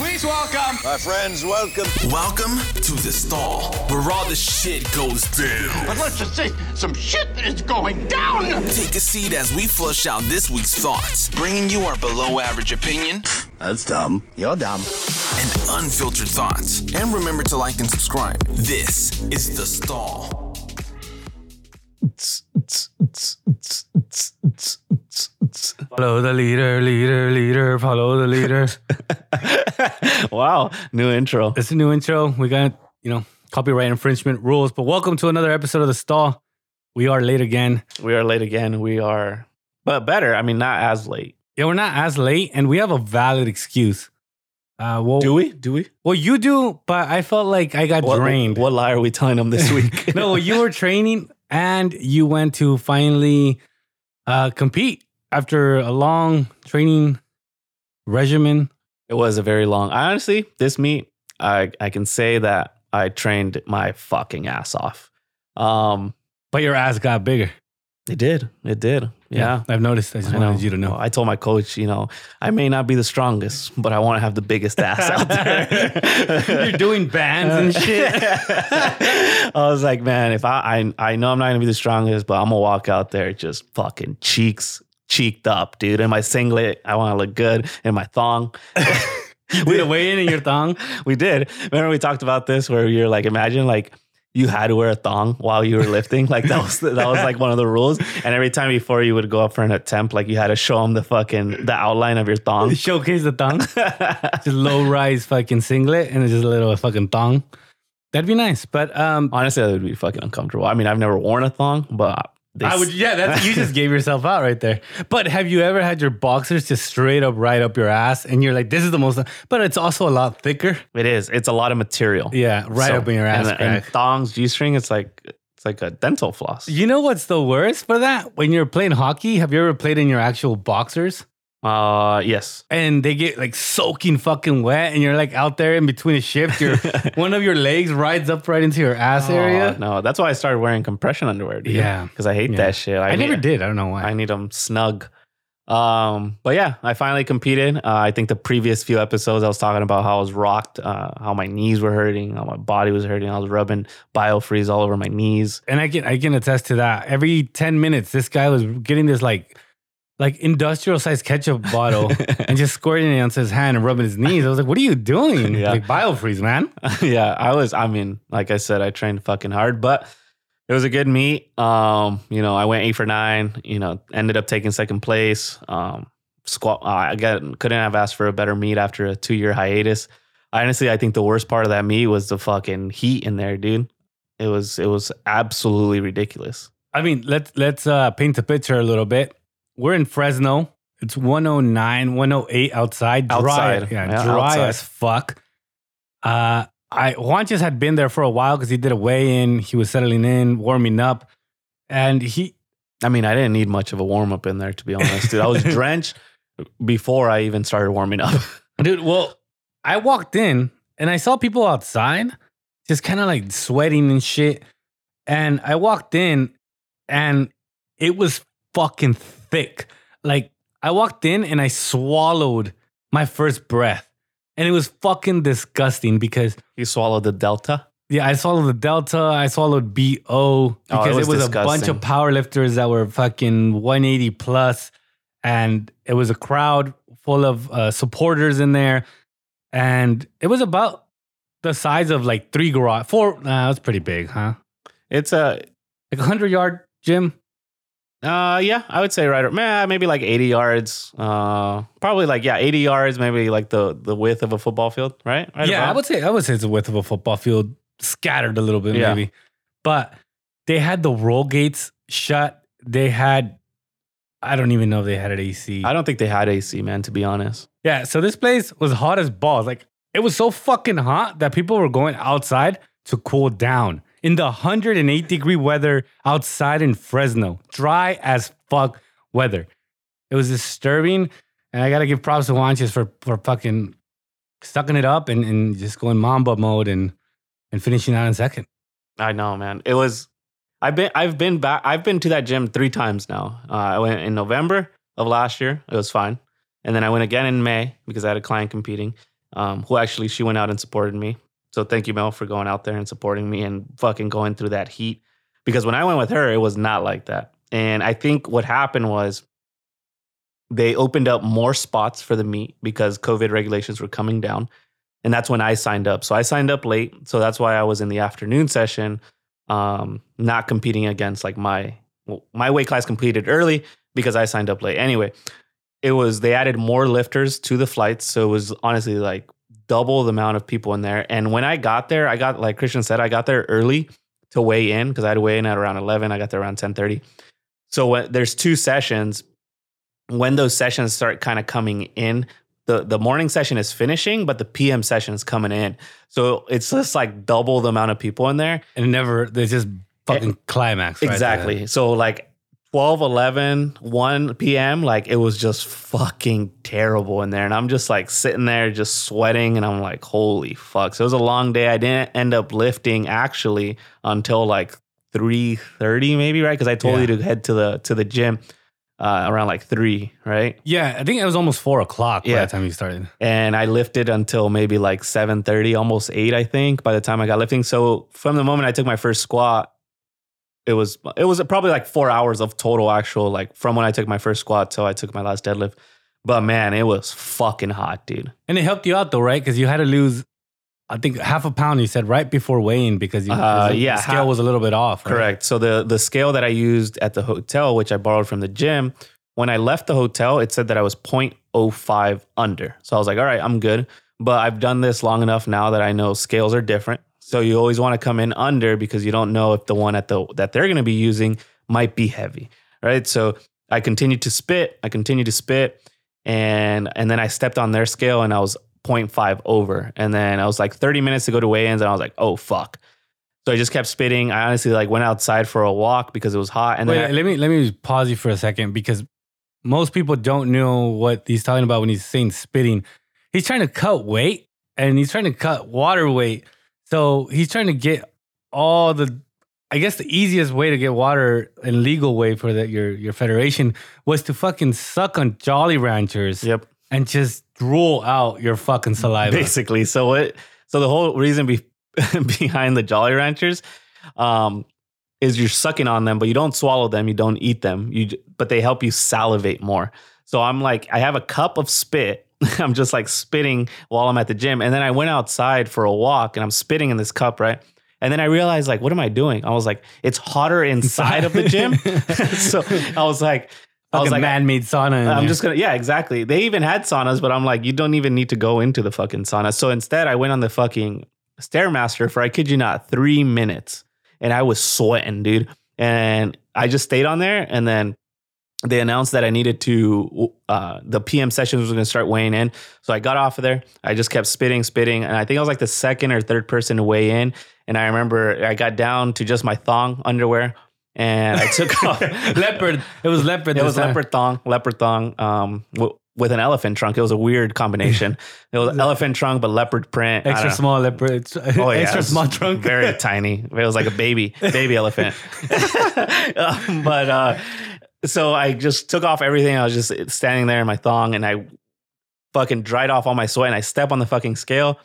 Please welcome. My friends, welcome. Welcome to the stall, where all the shit goes down. But let's just say some shit is going down. Take a seat as we flush out this week's thoughts, bringing you our below average opinion That's dumb. You're dumb. and unfiltered thoughts. And remember to like and subscribe. This is the stall. Follow the leader, leader, leader, follow the leader. wow, new intro. it's a new intro. We got, you know, copyright infringement rules, but welcome to another episode of The Stall. We are late again. We are late again. We are, but better. I mean, not as late. Yeah, we're not as late and we have a valid excuse. Uh, well, we? Do we? well, you do, but I felt like I got What, drained. What lie are we telling them this week? no, you were training and you went to finally uh, compete after a long training regimen. it was a very long. I honestly, this meet, I I can say that I trained my fucking ass off. Um, But your ass got bigger. it did. It did. Yeah. I've noticed. I just I wanted you to know. I told my coach, you know, I may not be the strongest, but I want to have the biggest ass out there. You're doing bands and shit. Uh, I was like, man, if I, I I know I'm not gonna be the strongest, but I'm gonna walk out there just fucking cheeks cheeked up, dude. In my singlet, I want to look good. In my thong, With a weigh in in your thong. we did. Remember we talked about this where you're like, imagine like you had to wear a thong while you were lifting. Like that was that was like one of the rules. And every time before you would go up for an attempt, like you had to show them the fucking the outline of your thong. Showcase the thong. just low rise fucking singlet and just a little fucking thong. That'd be nice. But um Honestly, that would be fucking uncomfortable. I mean, I've never worn a thong, but they I would yeah, that's you just gave yourself out right there. But have you ever had your boxers just straight up right up your ass and you're like, this is the most but it's also a lot thicker. It is. It's a lot of material. Yeah, right So- up in your ass And, crack. and thongs, G string, it's like it's like a dental floss. you know what's the worst for that? When you're playing hockey, have you ever played in your actual boxers? Uh yes. and they get like soaking fucking wet, and you're like out there in between a shift. Your one of your legs rides up right into your ass Aw, area. Uh, no, that's why I started wearing compression underwear. Dude, Yeah. Because I hate Yeah. that shit. I, need- never did. I don't know why. I need them snug. Um, but yeah, I finally competed. Uh, I think the previous few episodes I was talking about how I was rocked, uh, how my knees were hurting, how my body was hurting. I was rubbing biofreeze all over my knees. and I can I can attest to that. Every ten minutes, this guy was getting this like like industrial sized ketchup bottle and just squirting it onto his hand and rubbing his knees. I was like, "What are you doing? Yeah. Like biofreeze, man." yeah, I was. I mean, like I said, I trained fucking hard, but it was a good meet. Um, you know, I went eight for nine. You know, ended up taking second place. Um, squat. Uh, I got couldn't have asked for a better meet after a two year hiatus. Honestly, I think the worst part of that meet was the fucking heat in there, dude. It was it was absolutely ridiculous. I mean, let's let's uh, paint the picture a little bit. We're in Fresno. It's 109, 108 outside. Dry, Outside. Yeah, Yeah, dry outside. as fuck. Uh, I Juanches had been there for a while because he did a weigh in. He was settling in, warming up, and he I mean, I didn't need much of a warm up in there to be honest, dude. I was drenched before I even started warming up. dude. Well, I walked in and I saw people outside, just kind of like sweating and shit. And I walked in, and it was fucking thick. Like I walked in and I swallowed my first breath, and it was fucking disgusting because You swallowed the delta. yeah, I swallowed the Delta, I swallowed BO because it was, Oh, was a bunch disgusting. of powerlifters that were fucking 180 plus, and it was a crowd full of uh, supporters in there, and it was about the size of like three garage four. Nah, it was pretty big, huh? It's a Like a hundred yard gym. Uh, yeah, I would say right, meh, maybe like eighty yards. Uh, probably like yeah, eighty yards, maybe like the the width of a football field, right? right yeah, I about- would say I would say it's the width of a football field, scattered a little bit Yeah. maybe. But they had the roll gates shut. They had, I don't even know if they had an AC. I don't think they had AC, man. To be honest, Yeah, so this place was hot as balls. Like it was so fucking hot that people were going outside to cool down in the 108 degree weather outside in Fresno. Dry as fuck weather. It was disturbing. And I gotta give props to Wanches for for fucking sucking it up and, and just going Mamba mode and and finishing out in second. I know, man. It was. I've been I've been back. I've been to that gym three times now. Uh, I went in November of last year. It was fine, and then I went again in May because I had a client competing. um, who actually she went out and supported me. So thank you, Mel, for going out there and supporting me and fucking going through that heat. Because when I went with her, it was not like that. And I think what happened was they opened up more spots for the meet because COVID regulations were coming down. And that's when I signed up. So I signed up late. So that's why I was in the afternoon session, um, not competing against like my well, my weight class completed early because I signed up late. Anyway, it was they added more lifters to the flights. So it was honestly like double the amount of people in there. And when I got there, I got like Christian said, I got there early to weigh in because I had to weigh in at around eleven. I got there around ten thirty. So when, there's two sessions. When those sessions start kind of coming in, the the morning session is finishing, but the PM session is coming in. So it's just like double the amount of people in there. And it never, there's just fucking climax. right there. Eh, Exactly. so like 12, 11, 1 p.m., like it was just fucking terrible in there. And I'm just like sitting there just sweating and I'm like, holy fuck. So it was a long day. I didn't end up lifting actually until like 3.30 maybe, right? Because I told Yeah. you to head to the to the gym uh, around like 3, right? Yeah, I think it was almost four o'clock by Yeah. the time you started. and I lifted until maybe like 7:30, almost 8 I think by the time I got lifting. So from the moment I took my first squat, it was it was probably like 4 hours of total actual like from when I took my first squat till I took my last deadlift. But man, it was fucking hot, dude. And it helped you out though, right? Because you had to lose, I think, half a pound, you said, right before weighing because you, Uh, the yeah, scale half- was a little bit off. right? Correct. So the the scale that I used at the hotel, which I borrowed from the gym, when I left the hotel, it said that I was 0.05 under. So I was like, all right, I'm good. But I've done this long enough now that I know scales are different. So you always want to come in under because you don't know if the one at the that they're going to be using might be heavy, right? So I continued to spit. I continued to spit, and and then I stepped on their scale and I was 0.5 over. And then I was like 30 minutes to go to weigh-ins, and I was like, oh fuck. So I just kept spitting. I honestly like went outside for a walk because it was hot. And Wait, then I- let me let me pause you for a second because most people don't know what he's talking about when he's saying spitting. He's trying to cut weight and he's trying to cut water weight. So he's trying to get all the I guess the easiest way to get water and legal way for the, your your federation was to fucking suck on Jolly Ranchers yep. and just drool out your fucking saliva. basically. So it so the whole reason be, behind the Jolly Ranchers um, is you're sucking on them, but you don't swallow them, you don't eat them. You j- but they help you salivate more. So I'm like, I have a cup of spit. I'm just like spitting while I'm at the gym, and then I went outside for a walk, and I'm spitting in this cup, right? And then I realized, like, what am I doing? I was like, it's hotter inside of the gym. so I was like, I was Fucking like, man-made sauna. in I'm there. just gonna yeah, exactly. They even had saunas, but I'm like, you don't even need to go into the fucking sauna. So instead, I went on the fucking stairmaster for I kid you not three minutes, and I was sweating, dude. And I just stayed on there, and then they announced that I needed to. Uh, the PM sessions was gonna start weighing in, so I got off of there. I just kept spitting, spitting, and I think I was like the second or third person to weigh in. And I remember I got down to just my thong underwear. And I took off leopard. It was leopard. it this was time. leopard thong, leopard thong, um, w- with an elephant trunk. It was a weird combination. it was elephant trunk, but leopard print. I Extra don't know. small leopard. It's- Oh, yeah. Extra It was small trunk. Very tiny. It was like a baby, baby elephant. Um, but uh, so I just took off everything. I was just standing there in my thong and I fucking dried off all my sweat and I step on the fucking scale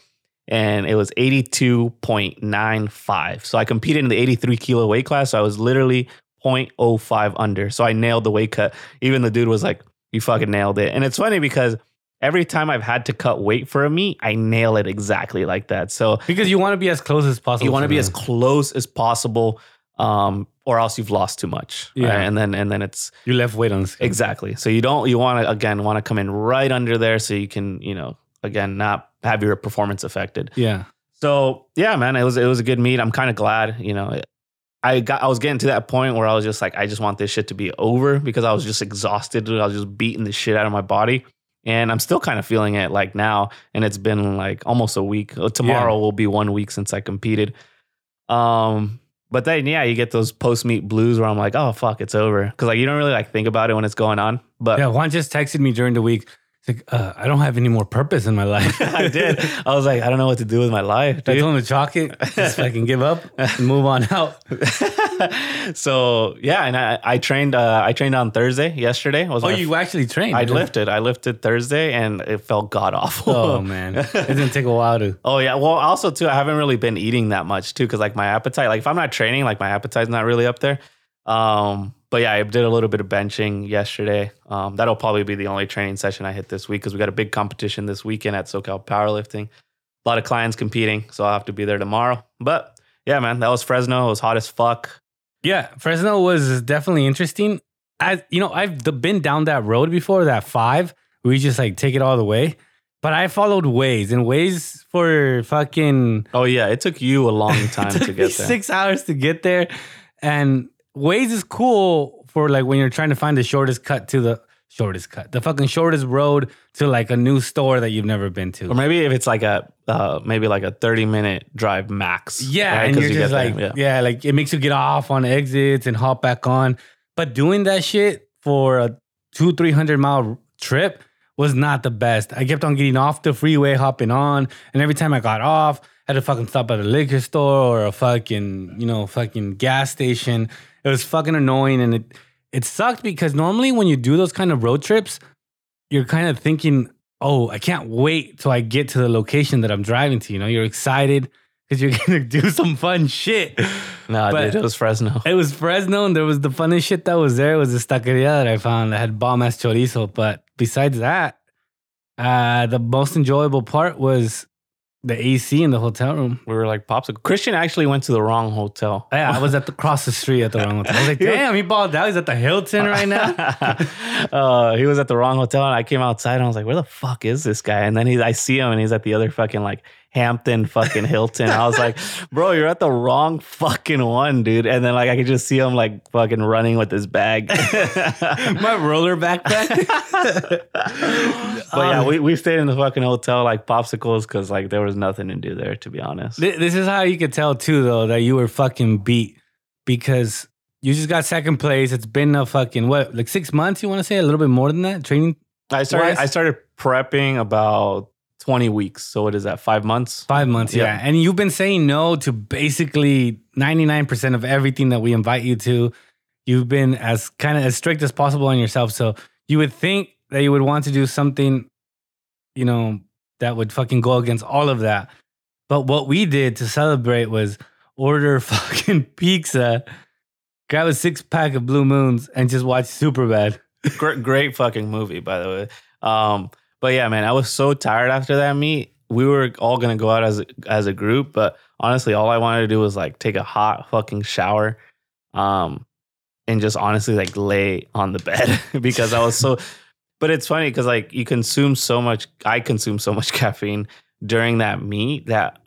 and it was 82.95. So I competed in the 83 kilo weight class. So I was literally 0.05 under. So I nailed the weight cut. Even the dude was like, you fucking nailed it. And it's funny because every time I've had to cut weight for a meet, I nail it exactly like that. So Because you want to be as close as possible. you want to be them. as close as possible, um, or else you've lost too much. Yeah. right? And then and then it's you left weight on the scale. exactly. So you don't you want to again want to come in right under there so you can you know again not have your performance affected. Yeah. So yeah, man, it was it was a good meet. I'm kind of glad, you know. I got I was getting to that point where I was just like, I just want this shit to be over because I was just exhausted. dude. I was just beating the shit out of my body. And I'm still kind of feeling it like now. And it's been like almost a week. Uh, Tomorrow will be one week since I competed. Um, but then yeah, you get those post meet blues where I'm like, oh fuck, it's over. Cause like you don't really like think about it when it's going on. But Yeah. Juan just texted me during the week. He's like, uh, I don't have any more purpose in my life. I did. I was like, I don't know what to do with my life. I dude. told him to chalk it, just fucking give up and move on out. so yeah, and I, I trained. Uh, I trained on Thursday. Yesterday was Oh, my you actually trained. I lifted. I lifted Thursday, and it felt god awful. Oh man, it's gonna take a while to. Oh yeah. Well, also too, I haven't really been eating that much too, because like my appetite, like if I'm not training, like my appetite's not really up there. Um, but yeah, I did a little bit of benching yesterday. Um, that'll probably be the only training session I hit this week because we got a big competition this weekend at SoCal Powerlifting. A lot of clients competing, so I'll have to be there tomorrow. But yeah, man, that was Fresno. It was hot as fuck. Yeah, Fresno was definitely interesting. As you know, I've d- been down that road before. That five, we just like take it all the way. But I followed Waze, and Waze for fucking Oh yeah, it took you a long time It to took get there. me Six hours to get there, and Waze is cool for like when you're trying to find the shortest cut to the shortest cut, the fucking shortest road to like a new store that you've never been to. Or maybe if it's like a uh, maybe like a thirty minute drive max. Yeah, right? and 'Cause you're you just get there, like, yeah. like it makes you get off on exits and hop back on. But doing that shit for a two, three hundred mile trip was not the best. I kept on getting off the freeway, hopping on, and every time I got off, I had to fucking stop at a liquor store or a fucking, you know, fucking gas station. It was fucking annoying, and it it sucked because normally when you do those kind of road trips, you're kind of thinking, oh, I can't wait till I get to the location that I'm driving to. You know, you're excited because you're gonna do some fun shit. No, But- dude, it was Fresno. It was Fresno, and there was the funnest shit that was there. It was this taqueria that I found that had bomb ass chorizo. But besides that, uh, the most enjoyable part was the AC in the hotel room. We were like popsicle. Christian actually went to the wrong hotel. Yeah, I was at the cross the street at the wrong hotel. I was like, damn, he balled out. He's at the Hilton right now. uh, he was at the wrong hotel, and I came outside, and I was like, "Where the fuck is this guy?" And then he, I see him, and he's at the other fucking like Hampton fucking Hilton. I was like, "Bro, you're at the wrong fucking one, dude." And then like I could just see him like fucking running with his bag. My roller backpack. But yeah, we, we stayed in the fucking hotel like popsicles because like there was nothing to do there to be honest. Thi- This is how you could tell too, though, that you were fucking beat because you just got second place. It's been a fucking what, like six months? You want to say a little bit more than that? Training I started Wise? I started prepping about twenty weeks. So what is that? Five months? five months, yeah. Yeah. And you've been saying no to basically ninety nine percent of everything that we invite you to. You've been as kind of as strict as possible on yourself. So you would think that you would want to do something, you know, that would fucking go against all of that. But what we did to celebrate was order fucking pizza, grab a six pack of Blue Moons, and just watch Superbad. great, great fucking movie, by the way. Um, but yeah, man, I was so tired after that meet. We were all gonna go out as a, as a group, but honestly, all I wanted to do was like take a hot fucking shower, um, and just honestly like lay on the bed because I was so. But it's funny because like you consume so much. I consume so much caffeine during that meet that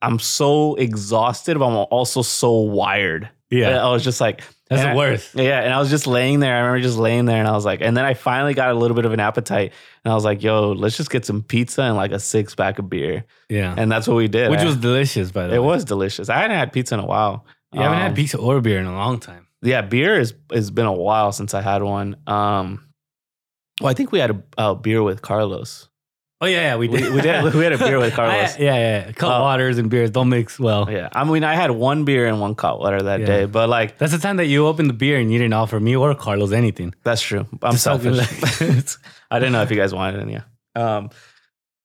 I'm so exhausted, but I'm also so wired. I was just like, that's and I- the worst. yeah, and I was just laying there. I remember just laying there, and I was like, and then I finally got a little bit of an appetite, and I was like, "Yo, let's just get some pizza and like a six pack of beer," Yeah, and that's what we did. which I- was delicious, by the way. it was delicious. I hadn't had pizza in a while. You haven't Um, had pizza or beer in a long time. Yeah, beer is has been a while since I had one. Um, well, I think we had a, a beer with Carlos. Oh yeah, yeah, we We- did. we did- we had a beer with Carlos. I- yeah, yeah, yeah. Cold Uh, waters and beers don't mix well. Yeah, I mean, I had one beer and one cot water that Yeah. day, but like That's the time that you opened the beer and you didn't offer me or Carlos anything. That's true. I'm Just something selfish. I didn't know if you guys wanted any. Um,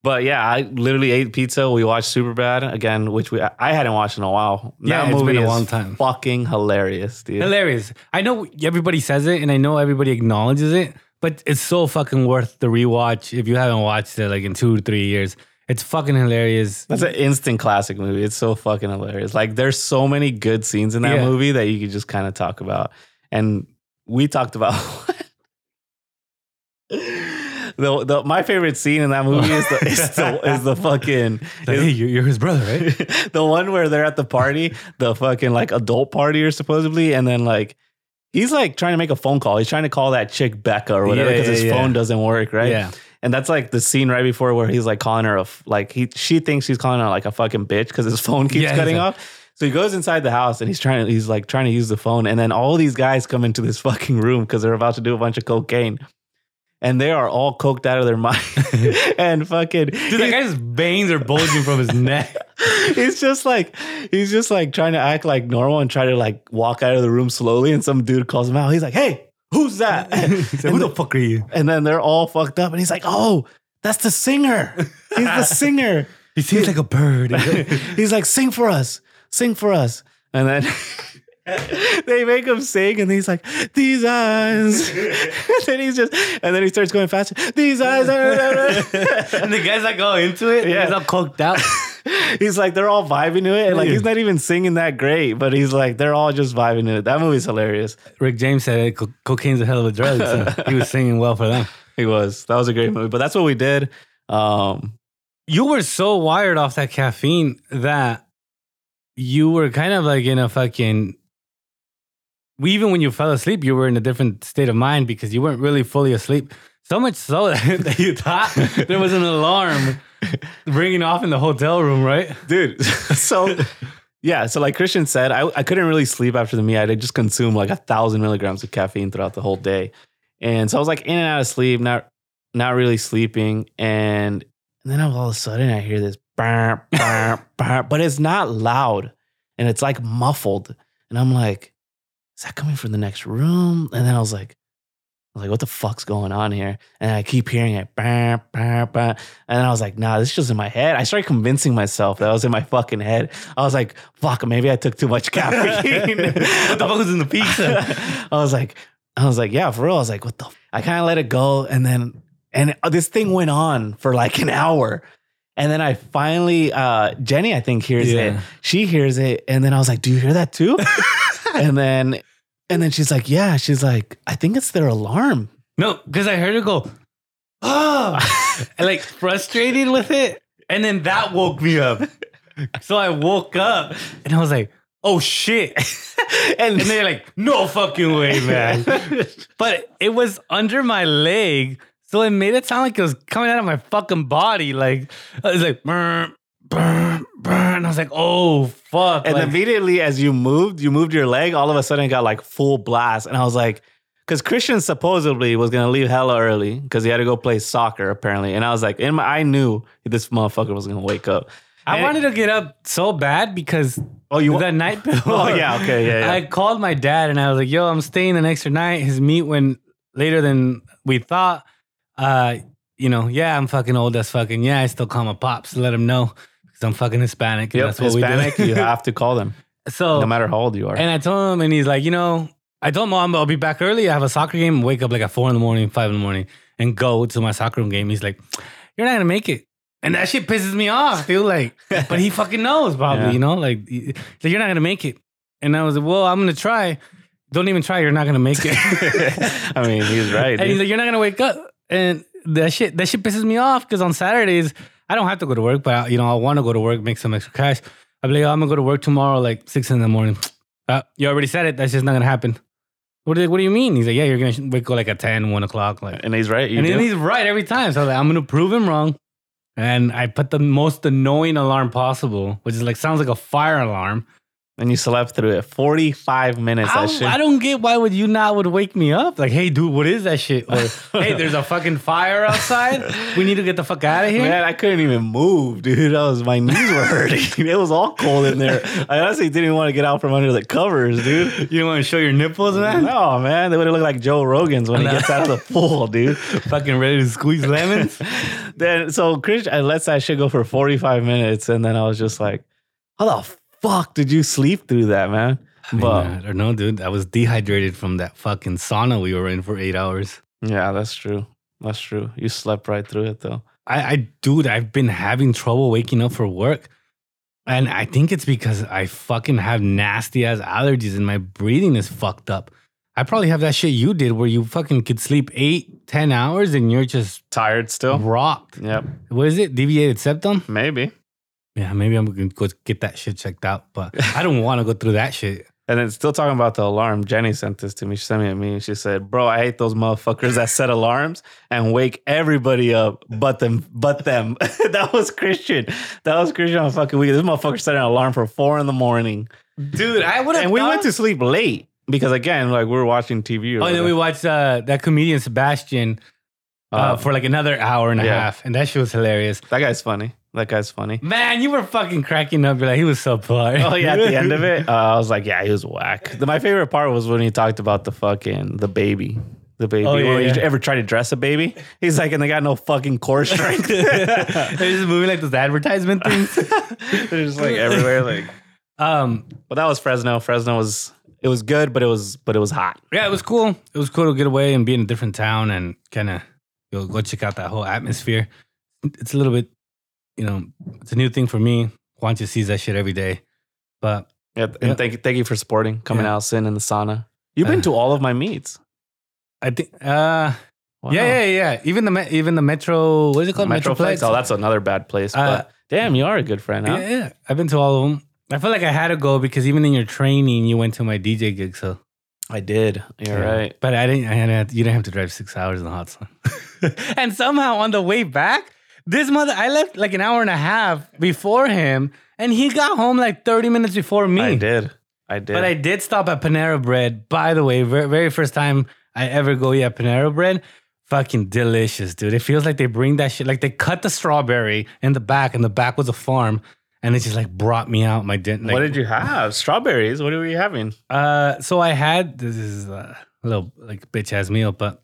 but yeah, I literally ate pizza. We watched Superbad again, which we I hadn't watched in a while. Yeah, that it's movie been a is long time. Fucking hilarious, dude. Hilarious. I know everybody says it and I know everybody acknowledges it, but it's so fucking worth the rewatch if you haven't watched it like in two or three years. It's fucking hilarious. That's an instant classic movie. It's so fucking hilarious. Like there's so many good scenes in that Yeah. movie that you could just kind of talk about. And we talked about the, the my favorite scene in that movie is the is the, is the fucking Like, is- hey, you- you're his brother, right? the one where they're at the party, the fucking like adult party or supposedly, and then like he's like trying to make a phone call. He's trying to call that chick Becca or whatever Yeah, because yeah, his yeah. phone doesn't work, right? Yeah. And that's like the scene right before where he's like calling her a f- like he she thinks he's calling her like a fucking bitch because his phone keeps Yeah, he's cutting like- off. So he goes inside the house and he's trying to he's like trying to use the phone, and then all these guys come into this fucking room because they're about to do a bunch of cocaine. And they are all coked out of their mind, and fucking Dude, that guy's veins are bulging from his neck. he's just like he's just like trying to act like normal and try to like walk out of the room slowly and some dude calls him out he's like hey who's that He's like, Who the fuck are you? and then they're all fucked up and he's like oh that's the singer he's the singer He seems like a bird. he's like sing for us sing for us and then they make him sing and he's like these eyes and then he's just and then he starts going faster these eyes are and the guy's like all into it. Yeah. Yeah. He's all coked out. he's like they're all vibing to it and like he's not even singing that great but he's like they're all just vibing to it that movie's hilarious Rick James said co- cocaine's a hell of a drug. So he was singing well for them. it was that was a great movie but that's what we did um You were so wired off that caffeine that you were kind of like in a fucking. We Even when you fell asleep, you were in a different state of mind because you weren't really fully asleep. So much so that you thought there was an alarm ringing off in the hotel room, right? dude so yeah so like christian said I, I couldn't really sleep after the meet i just consumed like a thousand milligrams of caffeine throughout the whole day and so i was like in and out of sleep not not really sleeping and, and then all of a sudden i hear this burp, burp, burp, but it's not loud and it's like muffled and i'm like is that coming from the next room and then i was like I was like, what the fuck's going on here? And I keep hearing it. Bah, bah, bah. And then I was like, nah, this is just in my head. I started convincing myself that I was in my fucking head. I was like, fuck, maybe I took too much caffeine. What the fuck was in the pizza? I was like, I was like, yeah, for real. I was like, what the? F-? I kind of let it go, and then and this thing went on for like an hour, and then I finally, uh, Jenny, I think hears Yeah. it. She hears it, and then I was like, do you hear that too? and then and then she's like, yeah. She's like, I think it's their alarm. No, because I heard her go, oh, and, like frustrated with it. And then that woke me up. So I woke up and I was like, oh shit. And And they're like, no fucking way, man. But it was under my leg. So it made it sound like it was coming out of my fucking body. Like, I was like, burn, burn, burn. I was like, oh, fuck. And like, immediately as you moved, you moved your leg, all of a sudden it got like full blast. And I was like, because Christian supposedly was gonna leave hella early because he had to go play soccer apparently. And I was like, in my I knew this motherfucker was gonna wake up. I And- wanted to get up so bad because Oh, you wa- that night before. Oh, yeah, okay, yeah, yeah. I called my dad and I was like, "Yo, I'm staying an extra night. His meet went later than we thought. Uh, you know, yeah, I'm fucking old as fucking. Yeah, I still call my pops to let him know because I'm fucking Hispanic. And Yep, that's what Hispanic, we do. you have to call them so no matter how old you are. and I told him, and he's like, you know, I told him "Oh, I'm- I'll be back early. I have a soccer game. Wake up like at four in the morning, five in the morning, and go to my soccer game. He's like, you're not gonna make it, and that shit pisses me off, dude. Like, but he fucking knows, probably, Yeah. you know, like, he- he's like, you're not gonna make it. And I was like, well, I'm gonna try. Don't even try. You're not gonna make it. I mean, he's right. And he's dude. like, "You're not gonna wake up." And that shit, that shit pisses me off because on Saturdays I don't have to go to work, but I, you know I want to go to work, make some extra cash. I'm like, "Oh, I'm gonna go to work tomorrow, like six in the morning. Uh, you already said it. That's just not gonna happen. What do, what do you mean? He's like, yeah, you're gonna wake up like at 10, 1 o'clock, like. And he's right. Uh, You And then do. he's right every time. So I was like, I'm gonna prove him wrong. And I put the most annoying alarm possible, which is like sounds like a fire alarm. and you slept through it. 45 minutes. I That don't, shit. I don't get why would you not would wake me up? Like, hey, dude, what is that shit? Or, hey, there's a fucking fire outside. We need to get the fuck out of here. Man, I couldn't even move, dude. I was my knees were hurting. it was all cold in there. I honestly didn't want to get out from under the covers, dude. You don't want to show your nipples, man? No, man, they would have looked like Joe Rogan's when he gets out of the pool, dude. fucking ready to squeeze lemons. Then so Chris, I let that shit go for forty five minutes, and then I was just like, "How the fuck did you sleep through that, man?" But Man, I don't know, dude. I was dehydrated from that fucking sauna we were in for eight hours. yeah, that's true. That's true. You slept right through it, though. I, I dude, I've been having trouble waking up for work. And I think it's because I fucking have nasty ass allergies and my breathing is fucked up. I probably have that shit you did where you fucking could sleep eight, ten hours and you're just Tired still? rocked. Yep, What is it? Deviated septum? maybe. Yeah, maybe I'm gonna go get that shit checked out, but I don't want to go through that shit. And then still talking about the alarm, Jenny sent this to me. She sent me a meme. She said, "Bro, I hate those motherfuckers that set alarms and wake everybody up, but them, but them." that was Christian. That was Christian on fucking week. This motherfucker set an alarm for four in the morning, Dude, I would and we went to sleep late because again, like we were watching TV. Or Oh, and then we watched uh, that comedian Sebastian uh, Uh, for like another hour and a yeah. half, and that shit was hilarious. that guy's funny. That guy's funny. Man, you were fucking cracking up. You're like, he was subpar. Oh yeah, at the end of it, uh, I was like, yeah, he was whack. The- my favorite part was when he talked about the fucking the baby. The baby. Oh, yeah, Or you yeah. ever try to dress a baby? He's like, and they got no fucking core strength. They're There's this movie like those advertisement things. just like everywhere. Like, Um, but that was Fresno. Fresno was it was good, but it was but it was hot. yeah, it was cool. It was cool to get away and be in a different town and kind of you know, go check out that whole atmosphere. It's a little bit, you know, it's a new thing for me. Juancho sees that shit every day, but Yeah, and Yeah. thank you, thank you for supporting coming Yeah. out, sin in the sauna. You've been Uh, to all of my meets. I think, uh, Wow. yeah, yeah, yeah. Even the me- even the metro, what is it called? Metroplex. Oh, that's another bad place. Uh, but damn, you are a good friend. Huh? yeah, yeah. I've been to all of them. I feel like I had to go because even in your training, you went to my DJ gig. So I did. You're Yeah. right. But I didn't. I didn't have to- you didn't have to drive six hours in the hot sun. and somehow on the way back, this mother, I left like an hour and a half before him, and he got home like thirty minutes before me. I did. I did. But I did stop at Panera Bread. By the way, very, very first time I ever go eat at Panera Bread. Fucking delicious, dude. It feels like they bring that shit. Like they cut the strawberry in the back, and the back was a farm, and it just like brought me out my dinner. what did you have? Strawberries. What were you having? Uh, so I had this is a little like bitch ass meal, but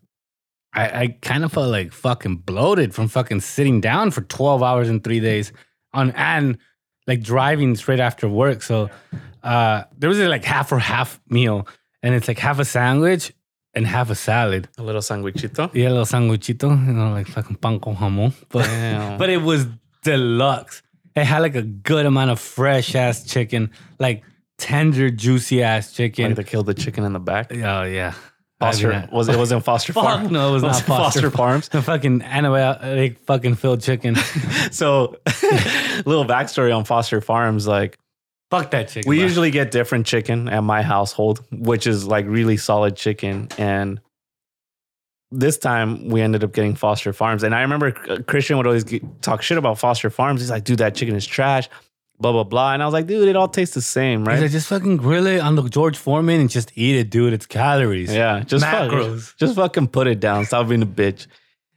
I, I kind of felt like fucking bloated from fucking sitting down for twelve hours and three days on and like driving straight after work. So uh, there was a like half or half meal, and it's like half a sandwich and half a salad. A little sandwichito. Yeah, little sanguchito, you know, like fucking pan con jamon, but Damn. but it was deluxe. It had like a good amount of fresh ass chicken, like tender, juicy ass chicken. like they killed the chicken in the back. Oh yeah. Foster I mean, I- was it wasn't Foster Farm. Fuck no, it was not Foster Farms. the fucking antibiotic fucking filled chicken. So, little backstory on Foster Farms. Like Fuck that chicken. we bro. usually get different chicken at my household, which is like really solid chicken. And this time we ended up getting Foster Farms. And I remember uh, Christian would always get, talk shit about Foster Farms. He's like, dude, that chicken is trash. Blah blah blah. And I was like, dude, it all tastes the same, He's right? like, just fucking grill it on the George Foreman and just eat it, dude. It's calories. Yeah, just fuck- Macros. just fucking put it down. Stop being a bitch.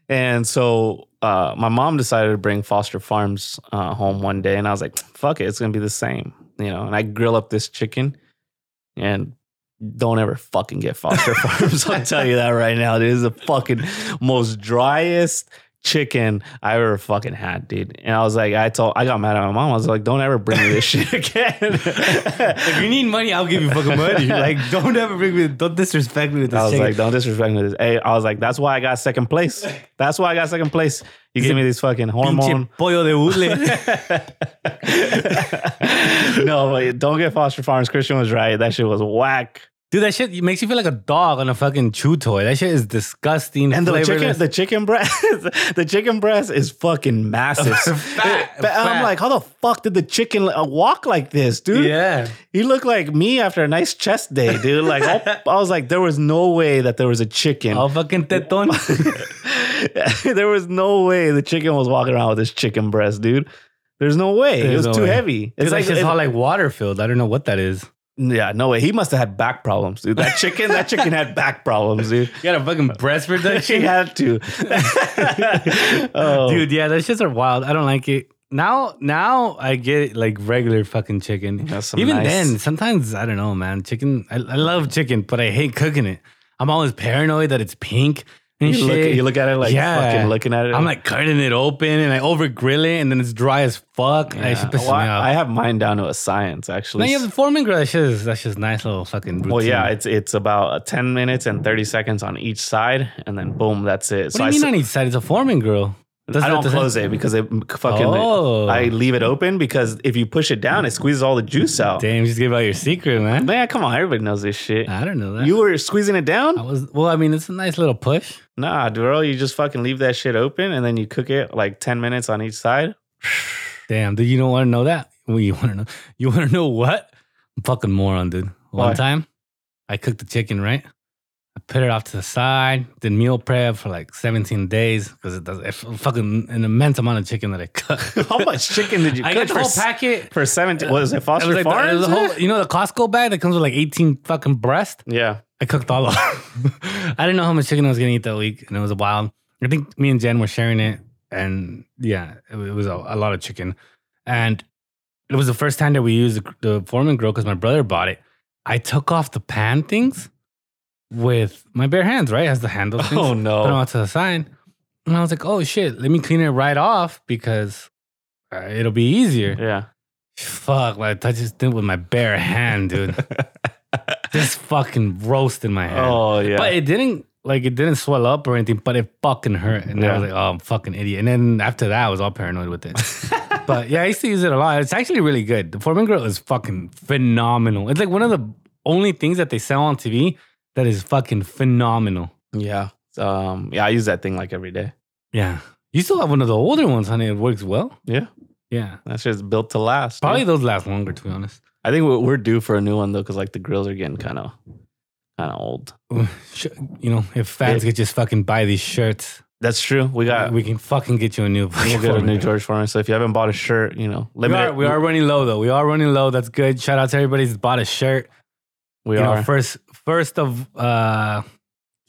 And so uh, my mom decided to bring Foster Farms uh, home one day, and I was like, "Fuck it, it's gonna be the same," you know. And I grill up this chicken, and don't ever fucking get Foster Farms. I'll tell you that right now. This is the fucking most driest chicken I ever fucking had, dude. And I was like, I told, I got mad at my mom. I was like, "Don't ever bring me this shit again." If you need money, I'll give you fucking money. like, don't ever bring me, don't disrespect me with this I was chicken. like, don't disrespect me. with This. Hey, I was like, that's why I got second place. That's why I got second place. You give me these fucking hormone. Pinche pollo de hule. no, but don't get Foster Farms. Christian was right. That shit was whack. dude, that shit makes you feel like a dog on a fucking chew toy. That shit is disgusting. And the flavorless. chicken, the chicken breast, the chicken breast is fucking massive. Fat, But I'm fat. like, how the fuck did the chicken uh, walk like this, dude? yeah. He looked like me after a nice chest day, dude. Like, I I was like, there was no way that there was a chicken. All fucking teton. there was no way the chicken was walking around with this chicken breast, dude. There's no way. There's it no was too way. heavy. it's like, it's it- all like water filled. I don't know what that is. yeah, no way. He must have had back problems, dude. That chicken, that chicken had back problems, dude. You got a fucking breast She reduction? had to. oh, Dude, yeah, those shits are wild. I don't like it. Now, now I get like regular fucking chicken. That's some Even nice- then, sometimes I don't know, man. Chicken, I, I love chicken, but I hate cooking it. I'm always paranoid that it's pink and You look, shit. you look at it like fucking looking at it. I'm like cutting it open and I over grill it, and then it's dry as fuck. I Yeah. should piss Well, me off. I I have mine down to a science, now actually. you have the foreman grill. That's just that's just nice little fucking. Routine. well, yeah, it's it's about uh, ten minutes and thirty seconds on each side, and then boom, that's it. what do you mean I, on each side? It's a foreman grill. Does I that- don't does that- close it because it fucking. Oh. I leave it open because if you push it down, it squeezes all the juice out. Damn, you just gave out your secret, man. Man, come on, everybody knows this shit. I don't know that. You were squeezing it I down? was well. I mean, it's a nice little push. Nah, bro, you just fucking leave that shit open and then you cook it like ten minutes on each side. Damn, dude, you don't want to know that. Well, you want to know? You want to know what? I'm fucking moron, dude. One Why? time, I cooked the chicken right. I put it off to the side. Did meal prep for like 17 days because it does. It's fucking an immense amount of chicken that I cooked. How much chicken did you I got cook the for, whole s- packet. for seventeen? Was it It Foster was like the, it Farms? was the whole, you know, the Costco bag that comes with like 18 fucking breast. yeah, I cooked all of them. I didn't know how much chicken I was gonna eat that week, and it was wild. I think me and Jen were sharing it and yeah, it, wa- it was a, a lot of chicken. And it was the first time that we used the, the foreman grill because my brother bought it. I took off the pan things with my bare hands, right? Has the handle things. Oh Put them no! out to the side. And I was like, oh shit, let me clean it right off because uh, it'll be easier. Yeah. Fuck, like, I just did it with my bare hand, dude. just fucking roasted my hand. Oh yeah. But it didn't like it didn't swell up or anything, but it fucking hurt. And I was Yeah. like, oh, I'm fucking idiot. And then after that, I was all paranoid with it. but yeah, I used to use it a lot. It's actually really good. The Foreman Grill is fucking phenomenal. It's like one of the only things that they sell on TV that is fucking phenomenal. yeah. Um. Yeah. I use that thing like every day. Yeah. You still have one of the older ones, honey. It works well. Yeah. Yeah. That's just built to last. Probably dude. those last longer, to be honest. I think we're we're due for a new one though, because like the grills are getting kind of kind of old. Sh- You know, if fans Yeah. could just fucking buy these shirts, That's true. We got we we can fucking get you a new. will get a new George Foreman. So if you haven't bought a shirt, you know, We limited. are, we are running low though. We are running low. That's good. Shout out to everybody that's bought a shirt. We you are know, first first of uh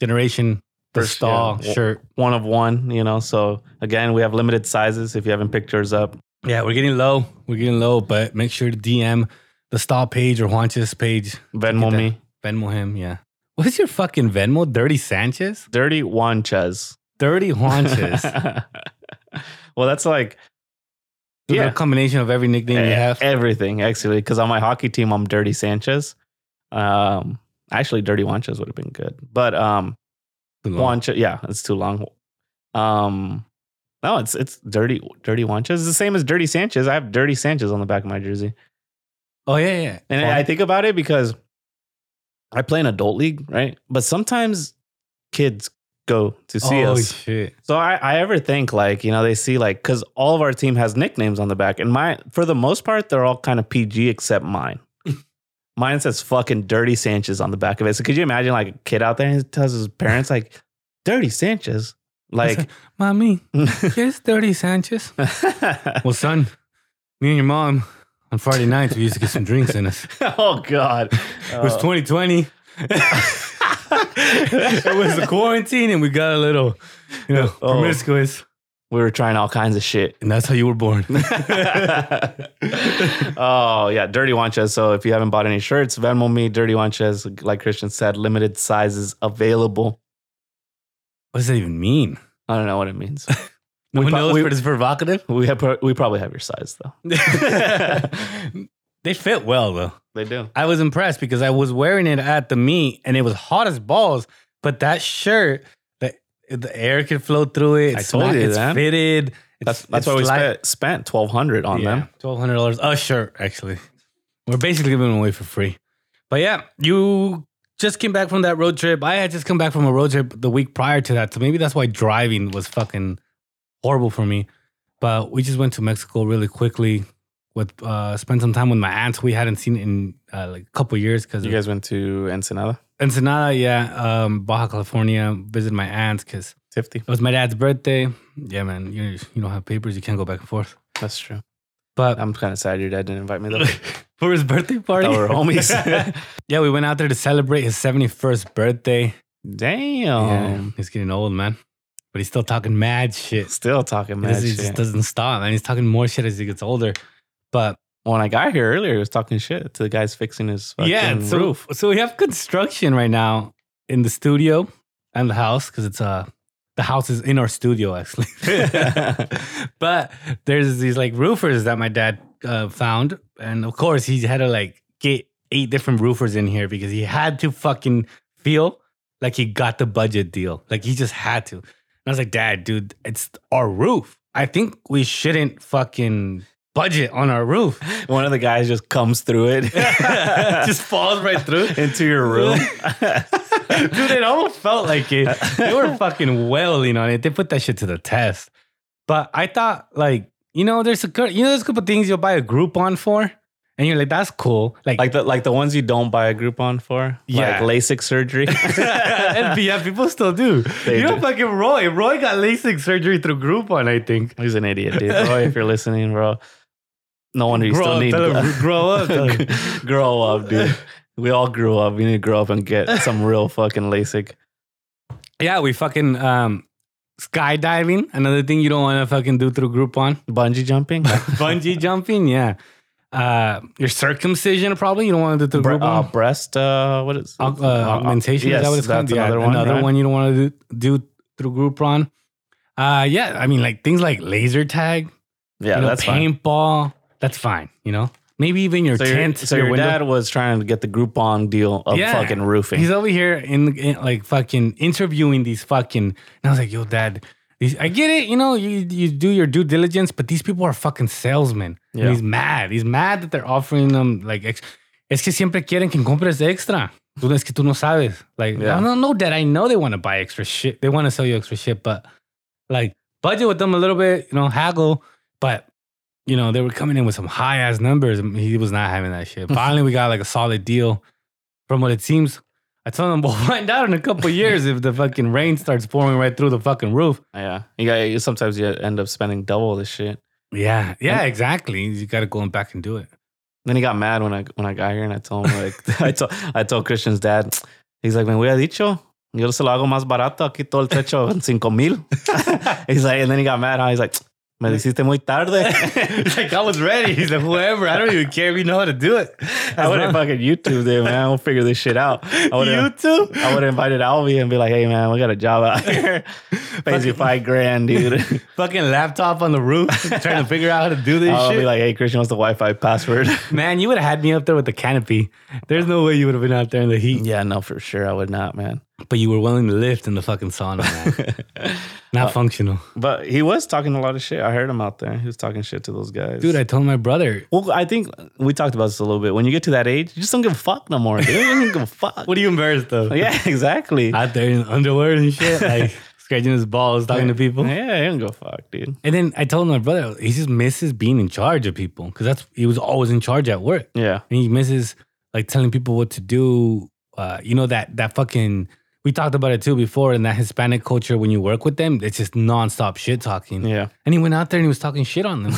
generation the First, stall yeah. shirt. one of one. You know. So again, we have limited sizes. If you haven't picked yours up, Yeah, we're getting low. We're getting low, but make sure to DM the stall page or Juancho's page. Venmo that. me. Venmo him. Yeah. What's your fucking Venmo? Dirty Sanchez? Dirty Juanches. Dirty Juanches. well, that's like yeah. Yeah. A combination of every nickname you e- have. everything actually. Because on my hockey team, I'm Dirty Sanchez. Um, actually, Dirty Juanches would have been good, but um, Juancha, yeah, it's too long. Um, no, it's it's Dirty Dirty Juanches. It's the same as Dirty Sanchez. I have Dirty Sanchez on the back of my jersey. Oh yeah, yeah. And I think about it because I play in adult league, right? But sometimes kids go to see oh, us. shit. So I, I ever think like, you know, they see like cause all of our team has nicknames on the back. And my for the most part, they're all kind of PG except mine. mine says fucking dirty Sanchez on the back of it. So could you imagine like a kid out there and he tells his parents like dirty Sanchez? Like Mommy, here's Dirty Sanchez. Well, son, me and your mom on Friday nights we used to get some drinks in us. Oh God. Uh, It Oh. was 2020. it was the quarantine, and we got a little, you know, Oh. promiscuous, we were trying all kinds of shit. and that's how you were born. oh yeah, Dirty Wanches. So if you haven't bought any shirts, Venmo me Dirty Wanches. Like Christian said, limited sizes available. What does that even mean? I don't know what it means. No We one pro- knows, we- but it's provocative. we have pro- we probably have your size though. they fit well, though. They do. I was impressed because I was wearing it at the meet, and it was hot as balls. But that shirt, the, the air could flow through it. I It's told not- you it's that. fitted. That's It's- it's that's why we light. spent, spent twelve hundred on them. Twelve hundred dollars a shirt, actually. We're basically giving them away for free. But yeah, you just came back from that road trip. I had just come back from a road trip the week prior to that, so maybe that's why driving was fucking horrible for me. But we just went to Mexico really quickly. With uh, spent some time with my aunts we hadn't seen in uh, like a couple years because You guys went to Ensenada, Ensenada, yeah, um, Baja California. Visited my aunts because Tifty. it was my dad's birthday. Yeah, man, you you don't have papers, you can't go back and forth. That's true. But I'm kind of sad your dad didn't invite me though. for his birthday party, That were homies. Yeah, we went out there to celebrate his 71st birthday. Damn. Yeah, he's getting old, man. But he's still talking mad shit. Still talking He mad doesn't- he shit. just doesn't stop, man. He's talking more shit as he gets older. But when I got here earlier, he was talking shit to the guys fixing his fucking yeah, so, roof. so we have construction right now in the studio and the house because it's uh the house is in our studio actually. but there's these like roofers that my dad uh, found, and of course he had to like get eight different roofers in here because he had to fucking feel like he got the budget deal. Like he just had to. And I was like, Dad, dude, it's our roof. I think we shouldn't fucking budget on our roof. One of the guys just comes through it, just falls right through. into your room. Dude, it almost felt like it. They were fucking wailing on it. They put that shit to the test. But I thought, like, you know, there's a good, you know, there's a couple things you'll buy a Groupon for, and you're like, that's cool. Like, like the like the ones you don't buy a Groupon for, Yeah. like LASIK surgery. NPF people still do. They you know, do. fucking Roy. Roy got LASIK surgery through Groupon, I think. He's an idiot, dude. Roy, if you're listening, bro, no wonder you Grow still up, need tell him, grow up, tell him. grow up, dude. We all grew up. We need to grow up and get some real fucking LASIK. Yeah, we fucking um skydiving, another thing you don't want to fucking do through Groupon. Bungee jumping, Bungee jumping, yeah. Uh, your circumcision, probably you don't want to do through Bre- uh, Groupon. breast. Uh, what is Aug- uh, augmentation, Yes, is that what it's called? that's another one. another right? one you don't want to do, do through Groupon. Uh, yeah, I mean, like things like laser tag, Yeah, you know, that's fine. paintball. That's fine, you know. Maybe even your So your, tent, so your window. dad was trying to get the Groupon deal of Yeah. fucking roofing. He's over here in, in, like fucking interviewing these fucking. And I was like, yo, dad, these, I get it. You know, you, you do your due diligence, but these people are fucking salesmen. And Yeah. he's mad. He's mad that they're offering them like. Ex- es que siempre quieren que compres extra. Tú es que tú no sabes. Like, Yeah. I don't know, dad. I know they want to buy extra shit. They want to sell you extra shit, but like budget with them a little bit. You know, haggle, but. You know, they were coming in with some high ass numbers. and He was not having that shit. Finally, we got like a solid deal from what it seems. I told him we'll find out in a couple years if the fucking rain starts pouring right through the fucking roof. yeah, you got. You, sometimes you end up spending double this shit. Yeah, yeah, exactly. You got to go and back and do it. Then he got mad when I when I got here and I told him like I told I told Christian's dad. He's like, me hubiera dicho. Yo se lo hago más barato. Aquí todo el techo en cinco mil. he's like, and then he got mad. Huh? He's like, me lo hiciste muy tarde. He's like, I was ready. He's like, whoever. I don't even care if you know how to do it. I would have fucking YouTube it, man. We'll figure this shit out. I would YouTube? I would have invited Alvi and be like, hey, man, we got a job out here. Pays you five grand, dude. fucking laptop on the roof trying to figure out how to do this I'll shit. be like, hey, Christian, what's the Wi Fi password? Man, you would have had me up there with the canopy. There's no way you would have been out there in the heat. yeah, no, for sure. I would not, man. But you were willing to lift in the fucking sauna, man. Not functional. But he was talking a lot of shit. I heard him out there. He was talking shit to those guys. Dude, I told my brother, well, I think we talked about this a little bit. When you get to that age, you just don't give a fuck no more, dude. You don't give a fuck. what are you embarrassed of? yeah, exactly. out there in underwear and shit, like scratching his balls, talking to people. yeah, you don't give a fuck, dude. And then I told my brother he just misses being in charge of people because that's he was always in charge at work, Yeah. and he misses like telling people what to do. Uh, you know that that fucking we talked about it too before in that Hispanic culture when you work with them, it's just nonstop shit talking. Yeah. And he went out there and he was talking shit on them.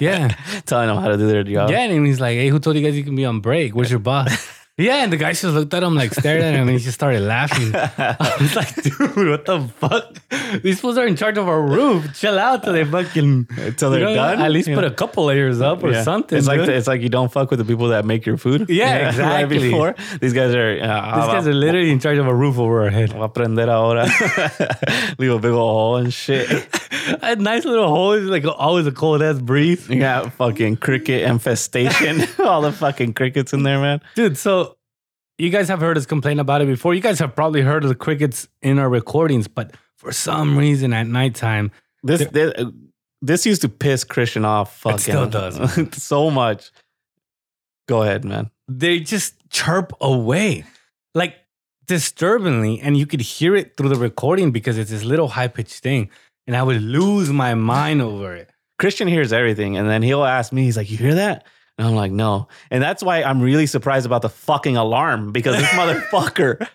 yeah. Telling them how to do their job. Yeah, and he's like, "Hey, who told you guys you can be on break? Where's your boss?" yeah, and the guy just looked at him, like stared at him, and he just started laughing. I was like, "Dude, what the fuck? These fools are in charge of our roof. Chill out till they fucking Till they're You know, done? At least You put know? a couple layers up or Yeah. something. It's like dude. the- it's like you don't fuck with the people that make your food. Yeah, exactly. before these guys are. Uh, these guys are literally in charge of a roof over our head. Voy a prender ahora. Leave a big old hole and shit. a nice little hole is like always a cold ass breeze. You got fucking cricket infestation. All the fucking crickets in there, man. dude. So you guys have heard us complain about it before. You guys have probably heard of the crickets in our recordings, but for some reason at nighttime, This this, this used to piss Christian off. Fucking still does, so much. Go ahead, man. they just chirp away, like disturbingly, and you could hear it through the recording because it's this little high pitched thing, and I would lose my mind over it. Christian hears everything, and then he'll ask me. He's like, "You hear that?" And I'm like, "No." And that's why I'm really surprised about the fucking alarm because this motherfucker